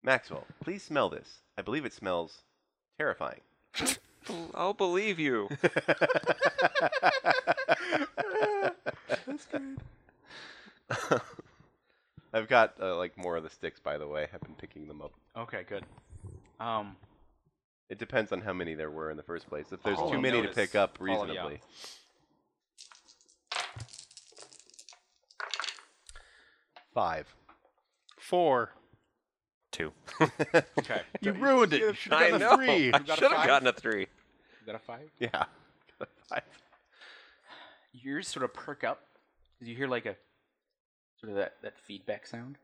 Speaker 1: Maxwell, please smell this. I believe it smells terrifying.
Speaker 4: Bel- I'll believe you.
Speaker 1: That's good. [laughs] I've got uh, like more of the sticks, by the way. I've been picking them up.
Speaker 3: Okay, good. Um,
Speaker 1: It depends on how many there were in the first place. If there's
Speaker 3: Follow
Speaker 1: too many
Speaker 3: notice.
Speaker 1: to pick up
Speaker 3: Follow, oh, yeah.
Speaker 1: reasonably, five. [laughs]
Speaker 2: Four.
Speaker 4: [laughs] [laughs] Two.
Speaker 3: okay.
Speaker 2: You ruined it. You should
Speaker 4: I
Speaker 2: have
Speaker 4: know.
Speaker 2: done three.
Speaker 4: I should have gotten a three.
Speaker 3: [laughs] You got a five?
Speaker 1: Yeah, five.
Speaker 3: Your ears sort of perk up because you hear like a sort of that, that feedback sound,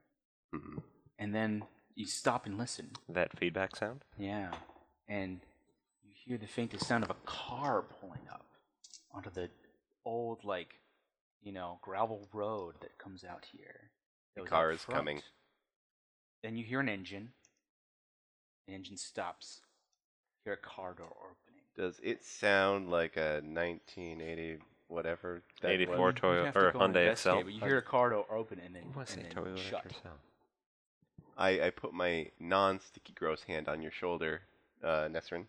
Speaker 3: Mm-hmm.
Speaker 1: Mhm.
Speaker 3: and then you stop and listen.
Speaker 4: That feedback sound?
Speaker 3: Yeah, and you hear the faintest sound of a car pulling up onto the old like you know gravel road that comes out here. that
Speaker 1: The
Speaker 3: was
Speaker 1: car
Speaker 3: out
Speaker 1: is coming.
Speaker 3: Then you hear an engine. The engine stops. You hear a car door opening.
Speaker 1: Does it sound like a 1980 whatever? that
Speaker 4: 84
Speaker 1: was?
Speaker 3: You'd
Speaker 4: Toyota
Speaker 3: have to
Speaker 4: or
Speaker 3: go and
Speaker 4: Hyundai
Speaker 3: investigate,
Speaker 4: Excel.
Speaker 3: But you hear a car door open and then,
Speaker 4: was
Speaker 3: and
Speaker 4: it
Speaker 3: then
Speaker 4: Toyota
Speaker 3: shut.
Speaker 4: Excel?
Speaker 1: I, I put my non-sticky gross hand on your shoulder, uh, Nesrin,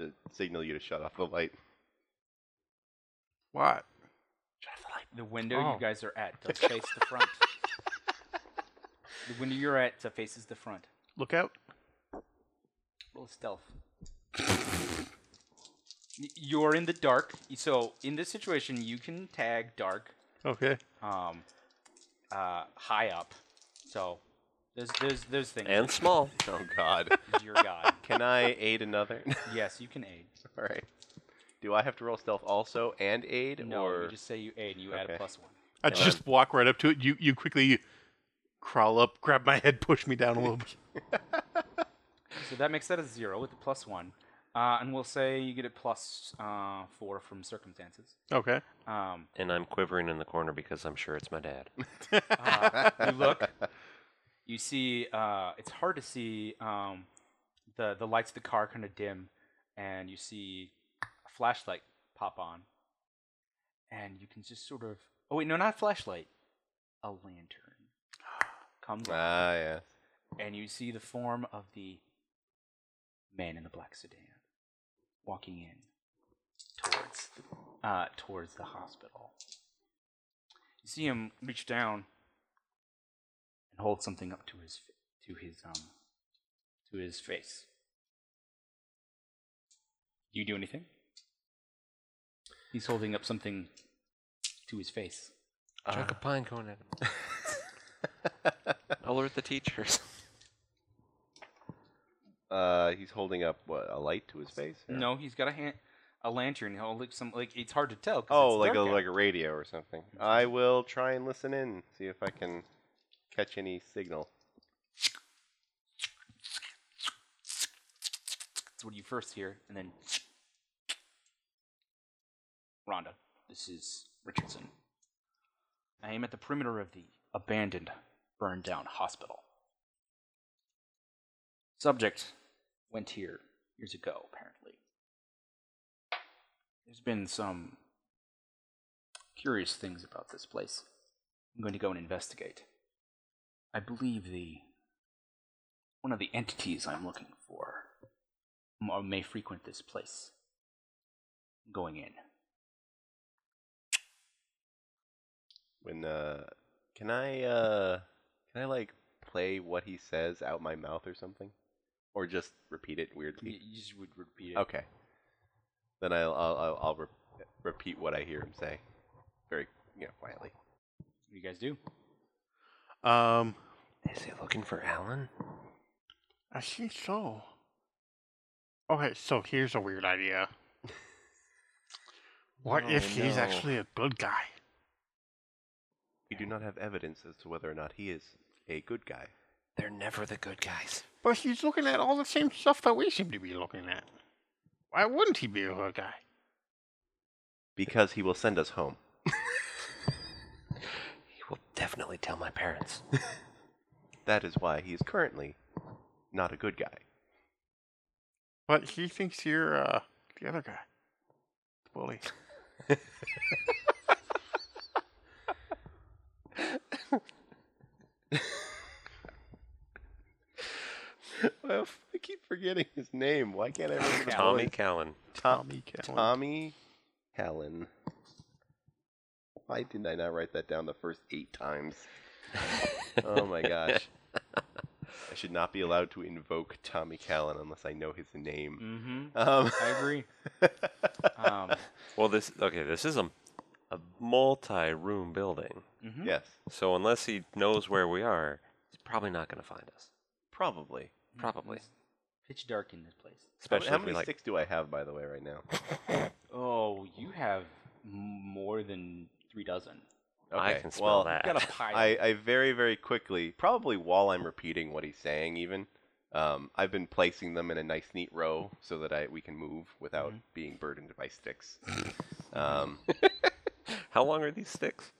Speaker 1: to signal you to shut off the
Speaker 3: [laughs]
Speaker 1: light.
Speaker 5: What?
Speaker 3: The window
Speaker 5: Oh.
Speaker 3: you guys are
Speaker 4: [laughs]
Speaker 3: at does face the front. the window you're at uh, faces the front.
Speaker 2: Look out.
Speaker 3: Roll stealth. Y- You're in the dark, so in this situation you can tag dark
Speaker 2: Okay.
Speaker 3: um, uh, high up. So there's there's there's things.
Speaker 4: And small.
Speaker 1: Oh God!
Speaker 3: Dear God,
Speaker 1: [laughs] Can I aid another? [laughs]
Speaker 3: yes, you can aid.
Speaker 1: All right. Do I have to roll stealth also and aid,
Speaker 3: No,
Speaker 1: or
Speaker 3: you just say you aid and you add a
Speaker 1: Okay.
Speaker 3: plus one.
Speaker 2: I just walk right up to it. You you quickly crawl up, grab my head, push me down a little bit.
Speaker 3: So that makes that a zero with a plus one, uh, and we'll say you get a plus uh, four from circumstances.
Speaker 2: Okay.
Speaker 3: Um,
Speaker 4: And I'm quivering in the corner because I'm sure it's my dad.
Speaker 3: uh, you look, you see, uh, it's hard to see. Um, the the lights of the car kind of dim, and you see a flashlight pop on, and you can just sort of. Oh wait, no, not a flashlight, a lantern comes on,
Speaker 1: [laughs] ah yeah,
Speaker 3: and you see the form of the man in the black sedan walking in towards the, uh, towards the hospital. You see him reach down and hold something up to his fa- to his um to his face. Do you do anything? He's holding up something to his face.
Speaker 4: Chuck a pine cone at [laughs] him. Alert the teachers.
Speaker 1: uh, he's holding up what a light to his face. or-
Speaker 3: No, he's got a hand, a lantern. He'll look some like it's hard to tell. 'cause
Speaker 1: Oh,
Speaker 3: it's
Speaker 1: like a
Speaker 3: dark out.
Speaker 1: like a radio or something. I will try and listen in, see if I can catch any signal.
Speaker 3: That's what you first hear, and then Rhonda. This is Richardson. I am at the perimeter of the abandoned, burned down hospital. Subject went here years ago, apparently. There's been some curious things about this place. I'm going to go and investigate. I believe the one of the entities I'm looking for m- or may frequent this place. Going in.
Speaker 1: When uh, can I uh, can I like play what he says out my mouth or something, or just repeat it weirdly?
Speaker 3: You, you just would repeat it.
Speaker 1: Okay. Then I'll I'll, I'll, I'll re- repeat what I hear him say, very you know quietly.
Speaker 3: What do you guys do?
Speaker 2: Um,
Speaker 4: Is he looking for Alan?
Speaker 5: I think so. Okay, so here's a weird idea. What
Speaker 1: Oh,
Speaker 4: No,
Speaker 5: if he's
Speaker 4: no.
Speaker 5: actually a good guy?
Speaker 1: We do not have evidence as to whether or not he is a good guy.
Speaker 4: They're never the good guys.
Speaker 5: But he's looking at all the same stuff that we seem to be looking at. Why wouldn't he be a good guy?
Speaker 1: Because he will send us home.
Speaker 4: He will definitely tell my parents.
Speaker 1: That is why he is currently not a good guy.
Speaker 5: But he thinks you're uh, the other guy.
Speaker 1: [laughs]
Speaker 5: Bully.
Speaker 1: well, [laughs] I keep forgetting his name. Why can't I remember the
Speaker 4: [laughs] Tommy
Speaker 1: boy?
Speaker 4: Callan.
Speaker 1: Tommy
Speaker 5: Callan.
Speaker 1: Tommy Callan. Why didn't I not write that down the first eight
Speaker 4: [laughs]
Speaker 1: times? oh my gosh. I should not be allowed to invoke Tommy Callan unless I know his name.
Speaker 3: Mm-hmm.
Speaker 1: Um,
Speaker 3: I [laughs] agree. um,
Speaker 4: Well, this okay. This is a a multi-room building,
Speaker 3: mhm.
Speaker 1: yes,
Speaker 4: so unless he knows where we are, he's probably not going to find us.
Speaker 1: probably.
Speaker 4: Mm-hmm. Probably,
Speaker 3: It's pitch dark in this place.
Speaker 4: especially
Speaker 1: How
Speaker 4: if we
Speaker 1: many
Speaker 4: like.
Speaker 1: sticks do I have, by the way, right now?
Speaker 3: Oh, you have m- more than
Speaker 1: [laughs]
Speaker 3: three dozen.
Speaker 4: I
Speaker 1: Okay,
Speaker 4: can
Speaker 1: well,
Speaker 4: smell that.
Speaker 3: You got a pile.
Speaker 1: I, I very, very quickly, probably while I'm repeating what he's saying, even, um, I've been placing them in a nice, neat row so that I we can move without
Speaker 3: Mm-hmm.
Speaker 1: being burdened by sticks. um,
Speaker 4: [laughs] How long are these sticks?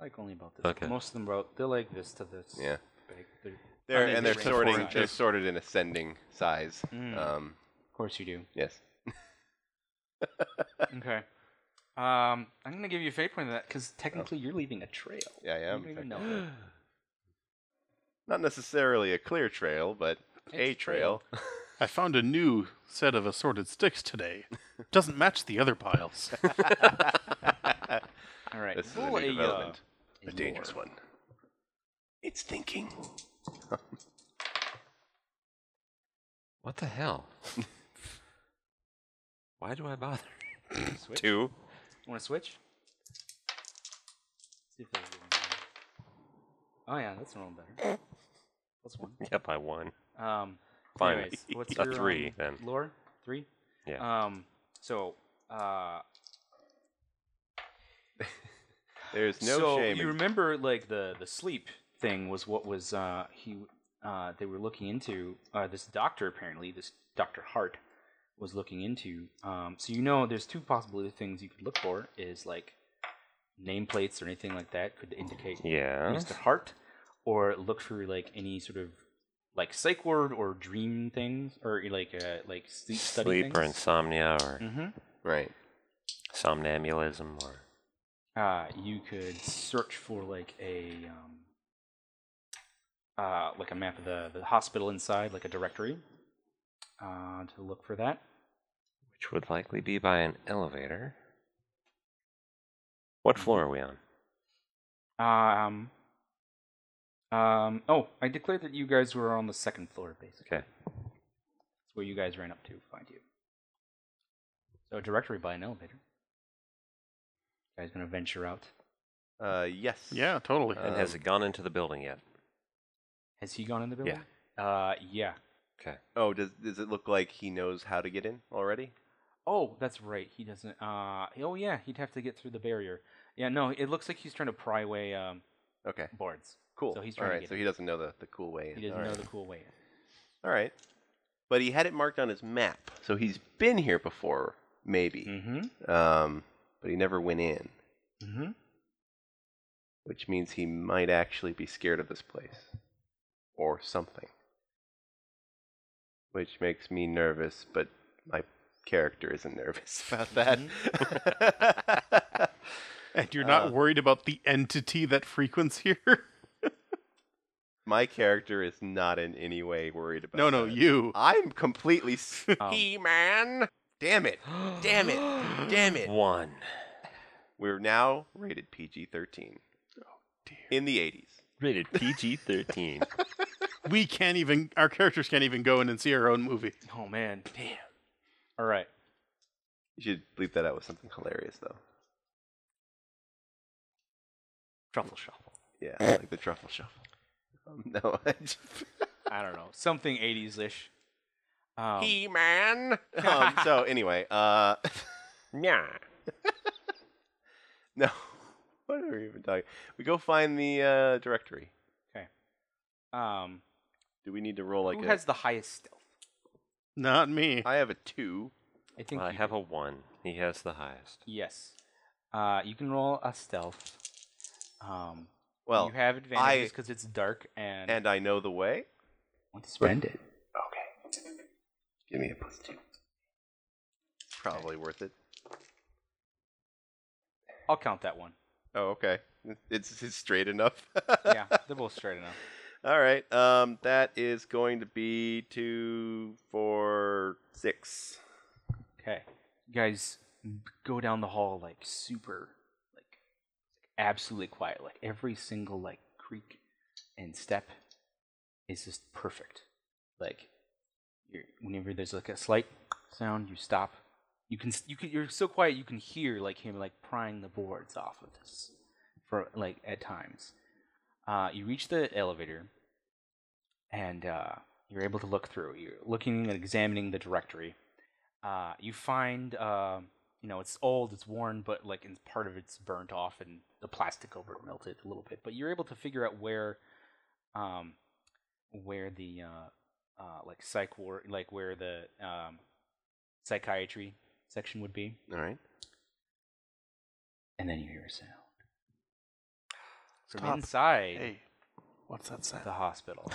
Speaker 3: like only about this.
Speaker 4: Okay.
Speaker 3: Most of them are they're like this to this. [laughs]
Speaker 1: yeah,
Speaker 3: big. They're-
Speaker 1: they're
Speaker 3: mean,
Speaker 1: and they're
Speaker 3: they're
Speaker 1: sorting.
Speaker 3: range.
Speaker 1: They're sorted in ascending size.
Speaker 3: Mm.
Speaker 1: Um,
Speaker 3: of course you do.
Speaker 1: yes.
Speaker 3: okay. Um, I'm gonna give you a fate point of that because technically you're leaving a trail.
Speaker 1: Oh. Yeah, I am,
Speaker 3: You don't even know it.
Speaker 1: [gasps] Not necessarily a clear trail, but a
Speaker 3: It's [laughs]
Speaker 1: trail.
Speaker 2: I found a new set of assorted
Speaker 1: [laughs]
Speaker 2: sticks today. Doesn't match the other piles.
Speaker 3: All right.
Speaker 1: this is a
Speaker 3: roll
Speaker 1: new
Speaker 3: uh,
Speaker 1: development.
Speaker 3: a
Speaker 1: A dangerous
Speaker 3: lore.
Speaker 1: one. It's thinking.
Speaker 4: What the [laughs] hell? Why do I bother? Two.
Speaker 3: Want to switch? See if there's one more. Oh yeah, that's rolling better. That's one.
Speaker 4: Yep, I won.
Speaker 3: Um,
Speaker 4: Fine.
Speaker 3: anyways, what's
Speaker 4: A
Speaker 3: your,
Speaker 4: three,
Speaker 3: um,
Speaker 4: then.
Speaker 3: Lore three.
Speaker 4: Yeah.
Speaker 3: Um. So. Uh.
Speaker 1: There's no
Speaker 3: so
Speaker 1: shame.
Speaker 3: you
Speaker 1: in-
Speaker 3: remember like the the sleep thing was what was uh he uh they were looking into uh this doctor apparently this Doctor Hart was looking into um so you know there's two possible things you could look for is like nameplates or anything like that could indicate
Speaker 4: yeah.
Speaker 3: Mr. Hart, or look for like any sort of like psych word or dream things, or like uh, like sleep study
Speaker 4: Sleep
Speaker 3: things.
Speaker 4: or insomnia or
Speaker 3: Mhm.
Speaker 1: right.
Speaker 4: somnambulism or
Speaker 3: Uh, you could search for like a um, uh, like a map of the the hospital inside, like a directory, uh, to look for that.
Speaker 4: which would likely be by an elevator. What floor are we on?
Speaker 3: Um. Um. Oh, I declared that you guys were on the second floor, basically.
Speaker 4: Okay.
Speaker 3: That's where you guys ran up to find you. So a directory by an elevator. You guys gonna venture out?
Speaker 1: Uh, yes.
Speaker 2: yeah, totally.
Speaker 4: And has
Speaker 1: Um,
Speaker 4: it gone into the building yet?
Speaker 3: Has he gone in the building? Yeah. Uh, yeah.
Speaker 4: Okay.
Speaker 1: Oh, does does it look like he knows how to get in already?
Speaker 3: Oh, that's right. He doesn't. Uh. Oh, yeah. He'd have to get through the barrier. Yeah. No. It looks like he's trying to pry away. Um.
Speaker 1: Okay.
Speaker 3: boards.
Speaker 1: Cool.
Speaker 3: So he's
Speaker 1: All
Speaker 3: trying to
Speaker 1: right.
Speaker 3: get
Speaker 1: so
Speaker 3: it.
Speaker 1: he doesn't know the, the cool way in.
Speaker 3: He doesn't
Speaker 1: All
Speaker 3: know
Speaker 1: right.
Speaker 3: the cool way in.
Speaker 1: All right. But he had it marked on his map, so he's been here before, maybe.
Speaker 3: Mm-hmm.
Speaker 1: Um, but he never went in,
Speaker 3: Mm-hmm.
Speaker 1: which means he might actually be scared of this place or something. Which makes me nervous, but my character isn't [laughs] nervous about
Speaker 3: Mm-hmm.
Speaker 1: that.
Speaker 2: And you're not
Speaker 1: Uh,
Speaker 2: worried about the entity that frequents here?
Speaker 1: [laughs]
Speaker 2: [laughs]
Speaker 1: my character is not in any way worried about.
Speaker 2: no, no,
Speaker 1: that.
Speaker 2: you.
Speaker 1: I'm completely [laughs] s-
Speaker 3: Oh.
Speaker 1: man. Damn it! [gasps] Damn
Speaker 4: [gasps]
Speaker 1: it! Damn it!
Speaker 4: One.
Speaker 1: We're now rated PG 13.
Speaker 3: Oh,
Speaker 2: dear.
Speaker 1: In the 80s.
Speaker 4: Rated PG 13.
Speaker 2: We can't even, our characters can't even go in and see our own movie.
Speaker 3: Oh man. Damn. All right.
Speaker 1: You should bleep that out with something hilarious, though.
Speaker 4: Truffle shuffle.
Speaker 1: Yeah, [laughs] like the truffle shuffle. Um, no. [laughs] I
Speaker 3: [laughs]
Speaker 1: just-
Speaker 3: I don't know. Something 80s ish. Um,
Speaker 1: man! um, so, anyway, uh, [laughs]
Speaker 4: Yeah.
Speaker 1: no. [laughs] What are we even talking? We go find the uh, directory.
Speaker 3: um,
Speaker 1: Do we need to roll like
Speaker 3: who
Speaker 1: a.
Speaker 3: has the highest stealth?
Speaker 2: Not me.
Speaker 1: I have a two.
Speaker 3: I think
Speaker 4: [laughs] I
Speaker 3: you
Speaker 4: have
Speaker 3: do.
Speaker 4: a one. He has the highest.
Speaker 3: Yes. Uh, you can roll a stealth. Um,
Speaker 1: Well,
Speaker 3: you have advantages
Speaker 1: I-
Speaker 3: because it's dark and,
Speaker 1: and I know the way.
Speaker 3: want to spend it.
Speaker 1: Okay. Give me a plus two. Probably worth it.
Speaker 3: I'll count that one.
Speaker 1: Oh, okay. It's, it's straight enough. [laughs]
Speaker 3: Yeah, they're both straight enough.
Speaker 1: All right. Um, that is going to be two, four, six.
Speaker 3: Okay. You guys m- go down the hall like super like absolutely quiet. Like every single like creak and step is just perfect. Like you're, whenever there's like a slight sound, you stop. You can s- you can you're so quiet you can hear like him like prying the boards off of this for like at times. Uh, you reach the elevator and uh, you're able to look through. You're looking and examining the directory uh, you find uh, you know it's old, it's worn, but like in part of it's burnt off and the plastic over it melted a little bit. But you're able to figure out where, um, where the uh, uh, like psych ward, like where the um, psychiatry section would be,
Speaker 1: All right.
Speaker 3: and then you hear a sound from
Speaker 2: Stop.
Speaker 3: inside
Speaker 2: Hey, what's that sound?
Speaker 3: the hospital,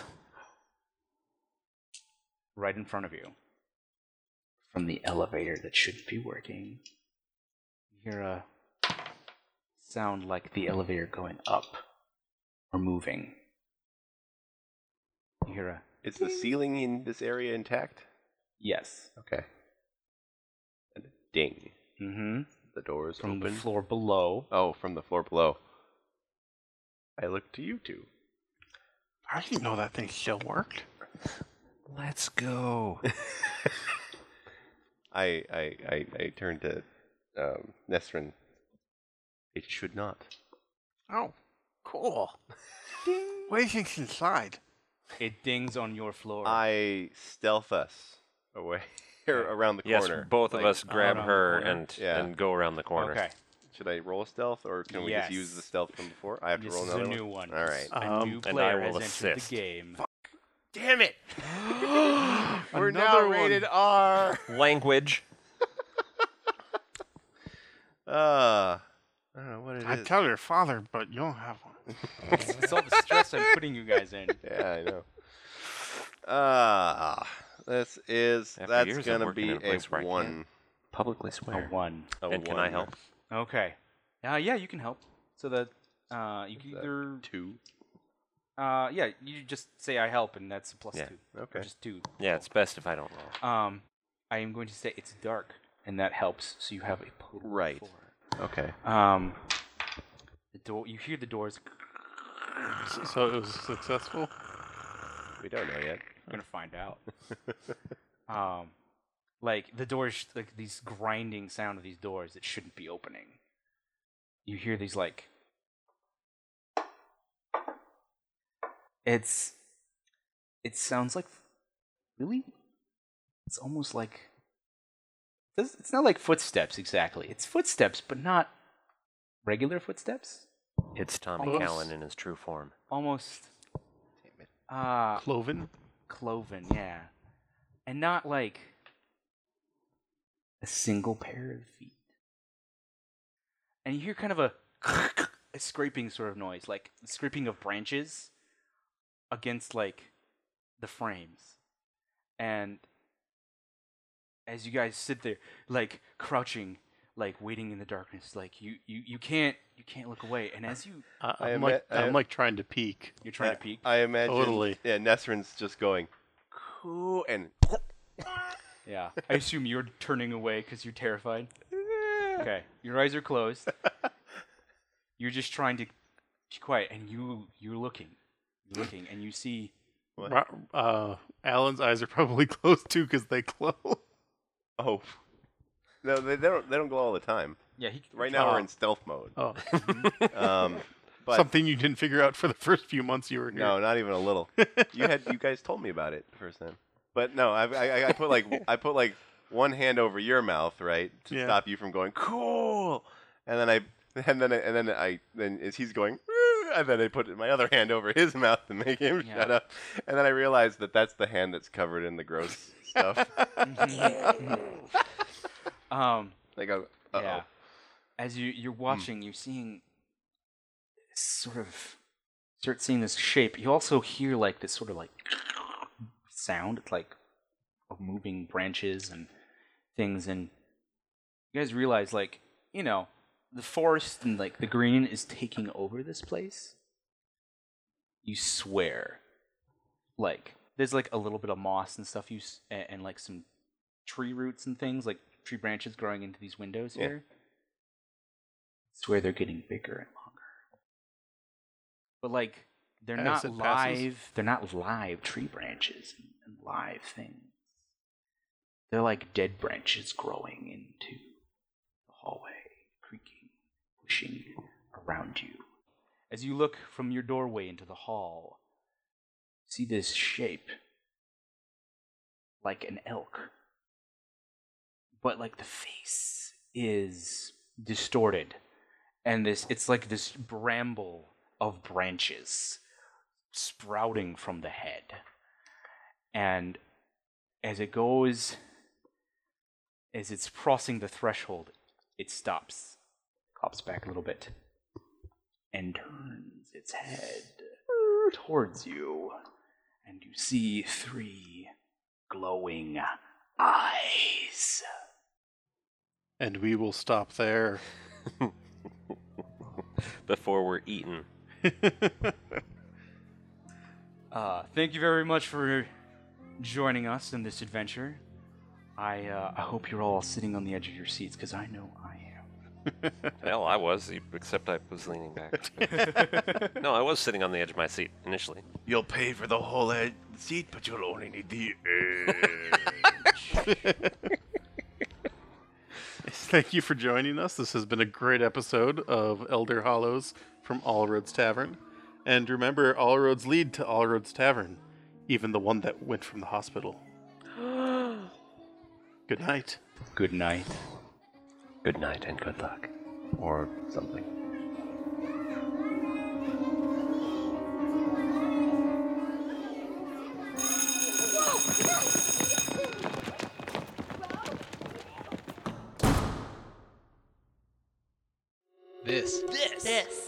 Speaker 3: right in front of you, from the elevator that shouldn't be working. You hear a sound like the elevator going up or moving. You hear a
Speaker 1: Is the ceiling in this area intact?
Speaker 3: yes.
Speaker 1: Okay. And a ding.
Speaker 3: Mm-hmm.
Speaker 1: The door is
Speaker 3: From
Speaker 1: open.
Speaker 3: the floor below.
Speaker 1: oh, from the floor below. I look to you two.
Speaker 2: I didn't know that thing still worked.
Speaker 4: Let's go.
Speaker 1: I I I, I turn to um, Nesrin. It should not.
Speaker 5: Oh, cool. What do you think's inside?
Speaker 3: It dings on your floor.
Speaker 1: I stealth us away [laughs] or around the
Speaker 4: yes,
Speaker 1: corner.
Speaker 4: both of
Speaker 1: Like,
Speaker 4: us grab
Speaker 3: around the
Speaker 4: her
Speaker 3: corner.
Speaker 4: and
Speaker 1: Yeah.
Speaker 4: and go around the corner.
Speaker 3: Okay.
Speaker 1: Should I roll stealth, or can we just use
Speaker 3: Yes.
Speaker 1: the stealth from before? I have
Speaker 3: This
Speaker 1: to roll
Speaker 3: is
Speaker 1: another
Speaker 3: a new one.
Speaker 1: All right.
Speaker 3: A new
Speaker 2: Um,
Speaker 4: I
Speaker 3: player has
Speaker 4: will
Speaker 3: entered
Speaker 4: assist.
Speaker 3: the game.
Speaker 1: Damn it! We're
Speaker 2: Another
Speaker 1: now
Speaker 2: one.
Speaker 1: rated [laughs] R.
Speaker 4: Language.
Speaker 1: Uh, I don't know what it is.
Speaker 5: I tell your father, but you don't have one.
Speaker 3: It's all the stress I'm putting you guys [laughs] in.
Speaker 1: yeah, I know. Ah, this is
Speaker 4: After
Speaker 1: that's
Speaker 4: years of
Speaker 1: gonna
Speaker 4: working
Speaker 1: be
Speaker 4: in
Speaker 1: a,
Speaker 4: a place where I
Speaker 1: one.
Speaker 4: Publicly
Speaker 3: A
Speaker 4: swear.
Speaker 3: one.
Speaker 1: A
Speaker 4: And can I
Speaker 1: one.
Speaker 4: help?
Speaker 3: Okay. Uh, yeah, you can help. So that uh, you can
Speaker 1: that
Speaker 3: either
Speaker 1: Two.
Speaker 3: uh, yeah, you just say I help, and that's a plus
Speaker 4: Yeah.
Speaker 3: two. Or
Speaker 1: Okay.
Speaker 3: Just two.
Speaker 4: Yeah, it's best if I don't roll.
Speaker 3: Um, I am going to say it's dark, and that helps. So you have a plus
Speaker 1: Right.
Speaker 3: four.
Speaker 1: Okay.
Speaker 3: Um, the door. You hear the doors.
Speaker 2: So it was successful?
Speaker 1: We don't know yet.
Speaker 3: You're gonna find out. um, like the doors, like these grinding sound of these doors that shouldn't be opening. You hear these like. It's, it sounds like, really, it's almost like. It's it's not like footsteps exactly. It's footsteps, but not regular footsteps.
Speaker 4: It's Tommy
Speaker 3: Oops.
Speaker 4: Callan in his true form.
Speaker 3: Almost. Uh,
Speaker 2: Cloven.
Speaker 3: cloven, yeah. And not like a single pair of feet. And you hear kind of a, [laughs] a scraping sort of noise, like the scraping of branches against like the frames. And as you guys sit there, like crouching, like waiting in the darkness, like you, you, you can't you can't look away. And as you
Speaker 2: I,
Speaker 1: I
Speaker 2: Uh, I'm
Speaker 1: ima-
Speaker 2: like
Speaker 1: I-
Speaker 2: I'm like trying to peek.
Speaker 3: you're trying
Speaker 1: I,
Speaker 3: to peek,
Speaker 1: I imagine.
Speaker 2: Totally.
Speaker 1: Yeah, Nesrin's just going, cool, and
Speaker 3: Yeah. [laughs] I assume you're turning away because you're terrified. Okay. Your eyes are closed. [laughs] you're just trying to be quiet, and you you're looking, you're looking, and you see.
Speaker 2: Ro- Uh, Alan's eyes are probably [laughs] closed too because they glow.
Speaker 1: oh. [laughs] No, they, they don't. They don't glow all the time.
Speaker 3: Yeah. He,
Speaker 1: Right now we're in stealth mode.
Speaker 2: [laughs] Oh,
Speaker 1: Um,
Speaker 2: [laughs]
Speaker 1: but
Speaker 2: something you didn't figure out for the first few months you were here.
Speaker 1: no, not even a little. You had you guys told me about it the first time. But no, I, I, I put like I put like one hand over your mouth, right, to
Speaker 2: Yeah.
Speaker 1: stop you from going cool, and then I and then I, and then I then as he's going. "Woo," And then I put my other hand over his mouth to make him
Speaker 3: Yeah.
Speaker 1: shut up. And then I realized that that's the hand that's covered in the gross stuff.
Speaker 3: [laughs] Um.
Speaker 1: Like, uh oh.
Speaker 3: Yeah. As you you're watching, you're seeing sort of start seeing this shape. You also hear like this sort of like sound. It's like of moving branches and things and you guys realize like, you know, the forest and like the green is taking over this place. You swear. Like there's like a little bit of moss and stuff you s- and, and like some tree roots and things like tree branches growing into these windows
Speaker 1: Yeah.
Speaker 3: here. Swear they're getting bigger and longer. But like they're
Speaker 2: As
Speaker 3: not
Speaker 2: it
Speaker 3: live.
Speaker 2: passes.
Speaker 3: They're not live tree branches and, and live things. They're like dead branches growing into the hallway, creaking, pushing around you. As you look from your doorway into the hall, see this shape like an elk. But like the face is distorted and this it's like this bramble of branches sprouting from the head. And as it goes as it's crossing the threshold, it stops. Hops back a little bit and turns its head towards you, and you see three glowing eyes.
Speaker 2: And we will stop there.
Speaker 4: Before we're eaten.
Speaker 3: Uh, thank you very much for joining us in this adventure. I uh, I hope you're all sitting on the edge of your seats because I know I am.
Speaker 4: Hell, I was, e, except I was leaning back. no, I was sitting on the edge of my seat initially.
Speaker 1: You'll pay for the whole ed- seat, but you'll only need the
Speaker 2: [laughs] Thank you for joining us. This has been a great episode of Elder Hollows from All Roads Tavern. And remember, all roads lead to All Roads Tavern, even the one that went from the
Speaker 1: [gasps]
Speaker 2: hospital. Good night.
Speaker 3: Good night.
Speaker 4: Good night and good luck.
Speaker 1: or something.
Speaker 6: This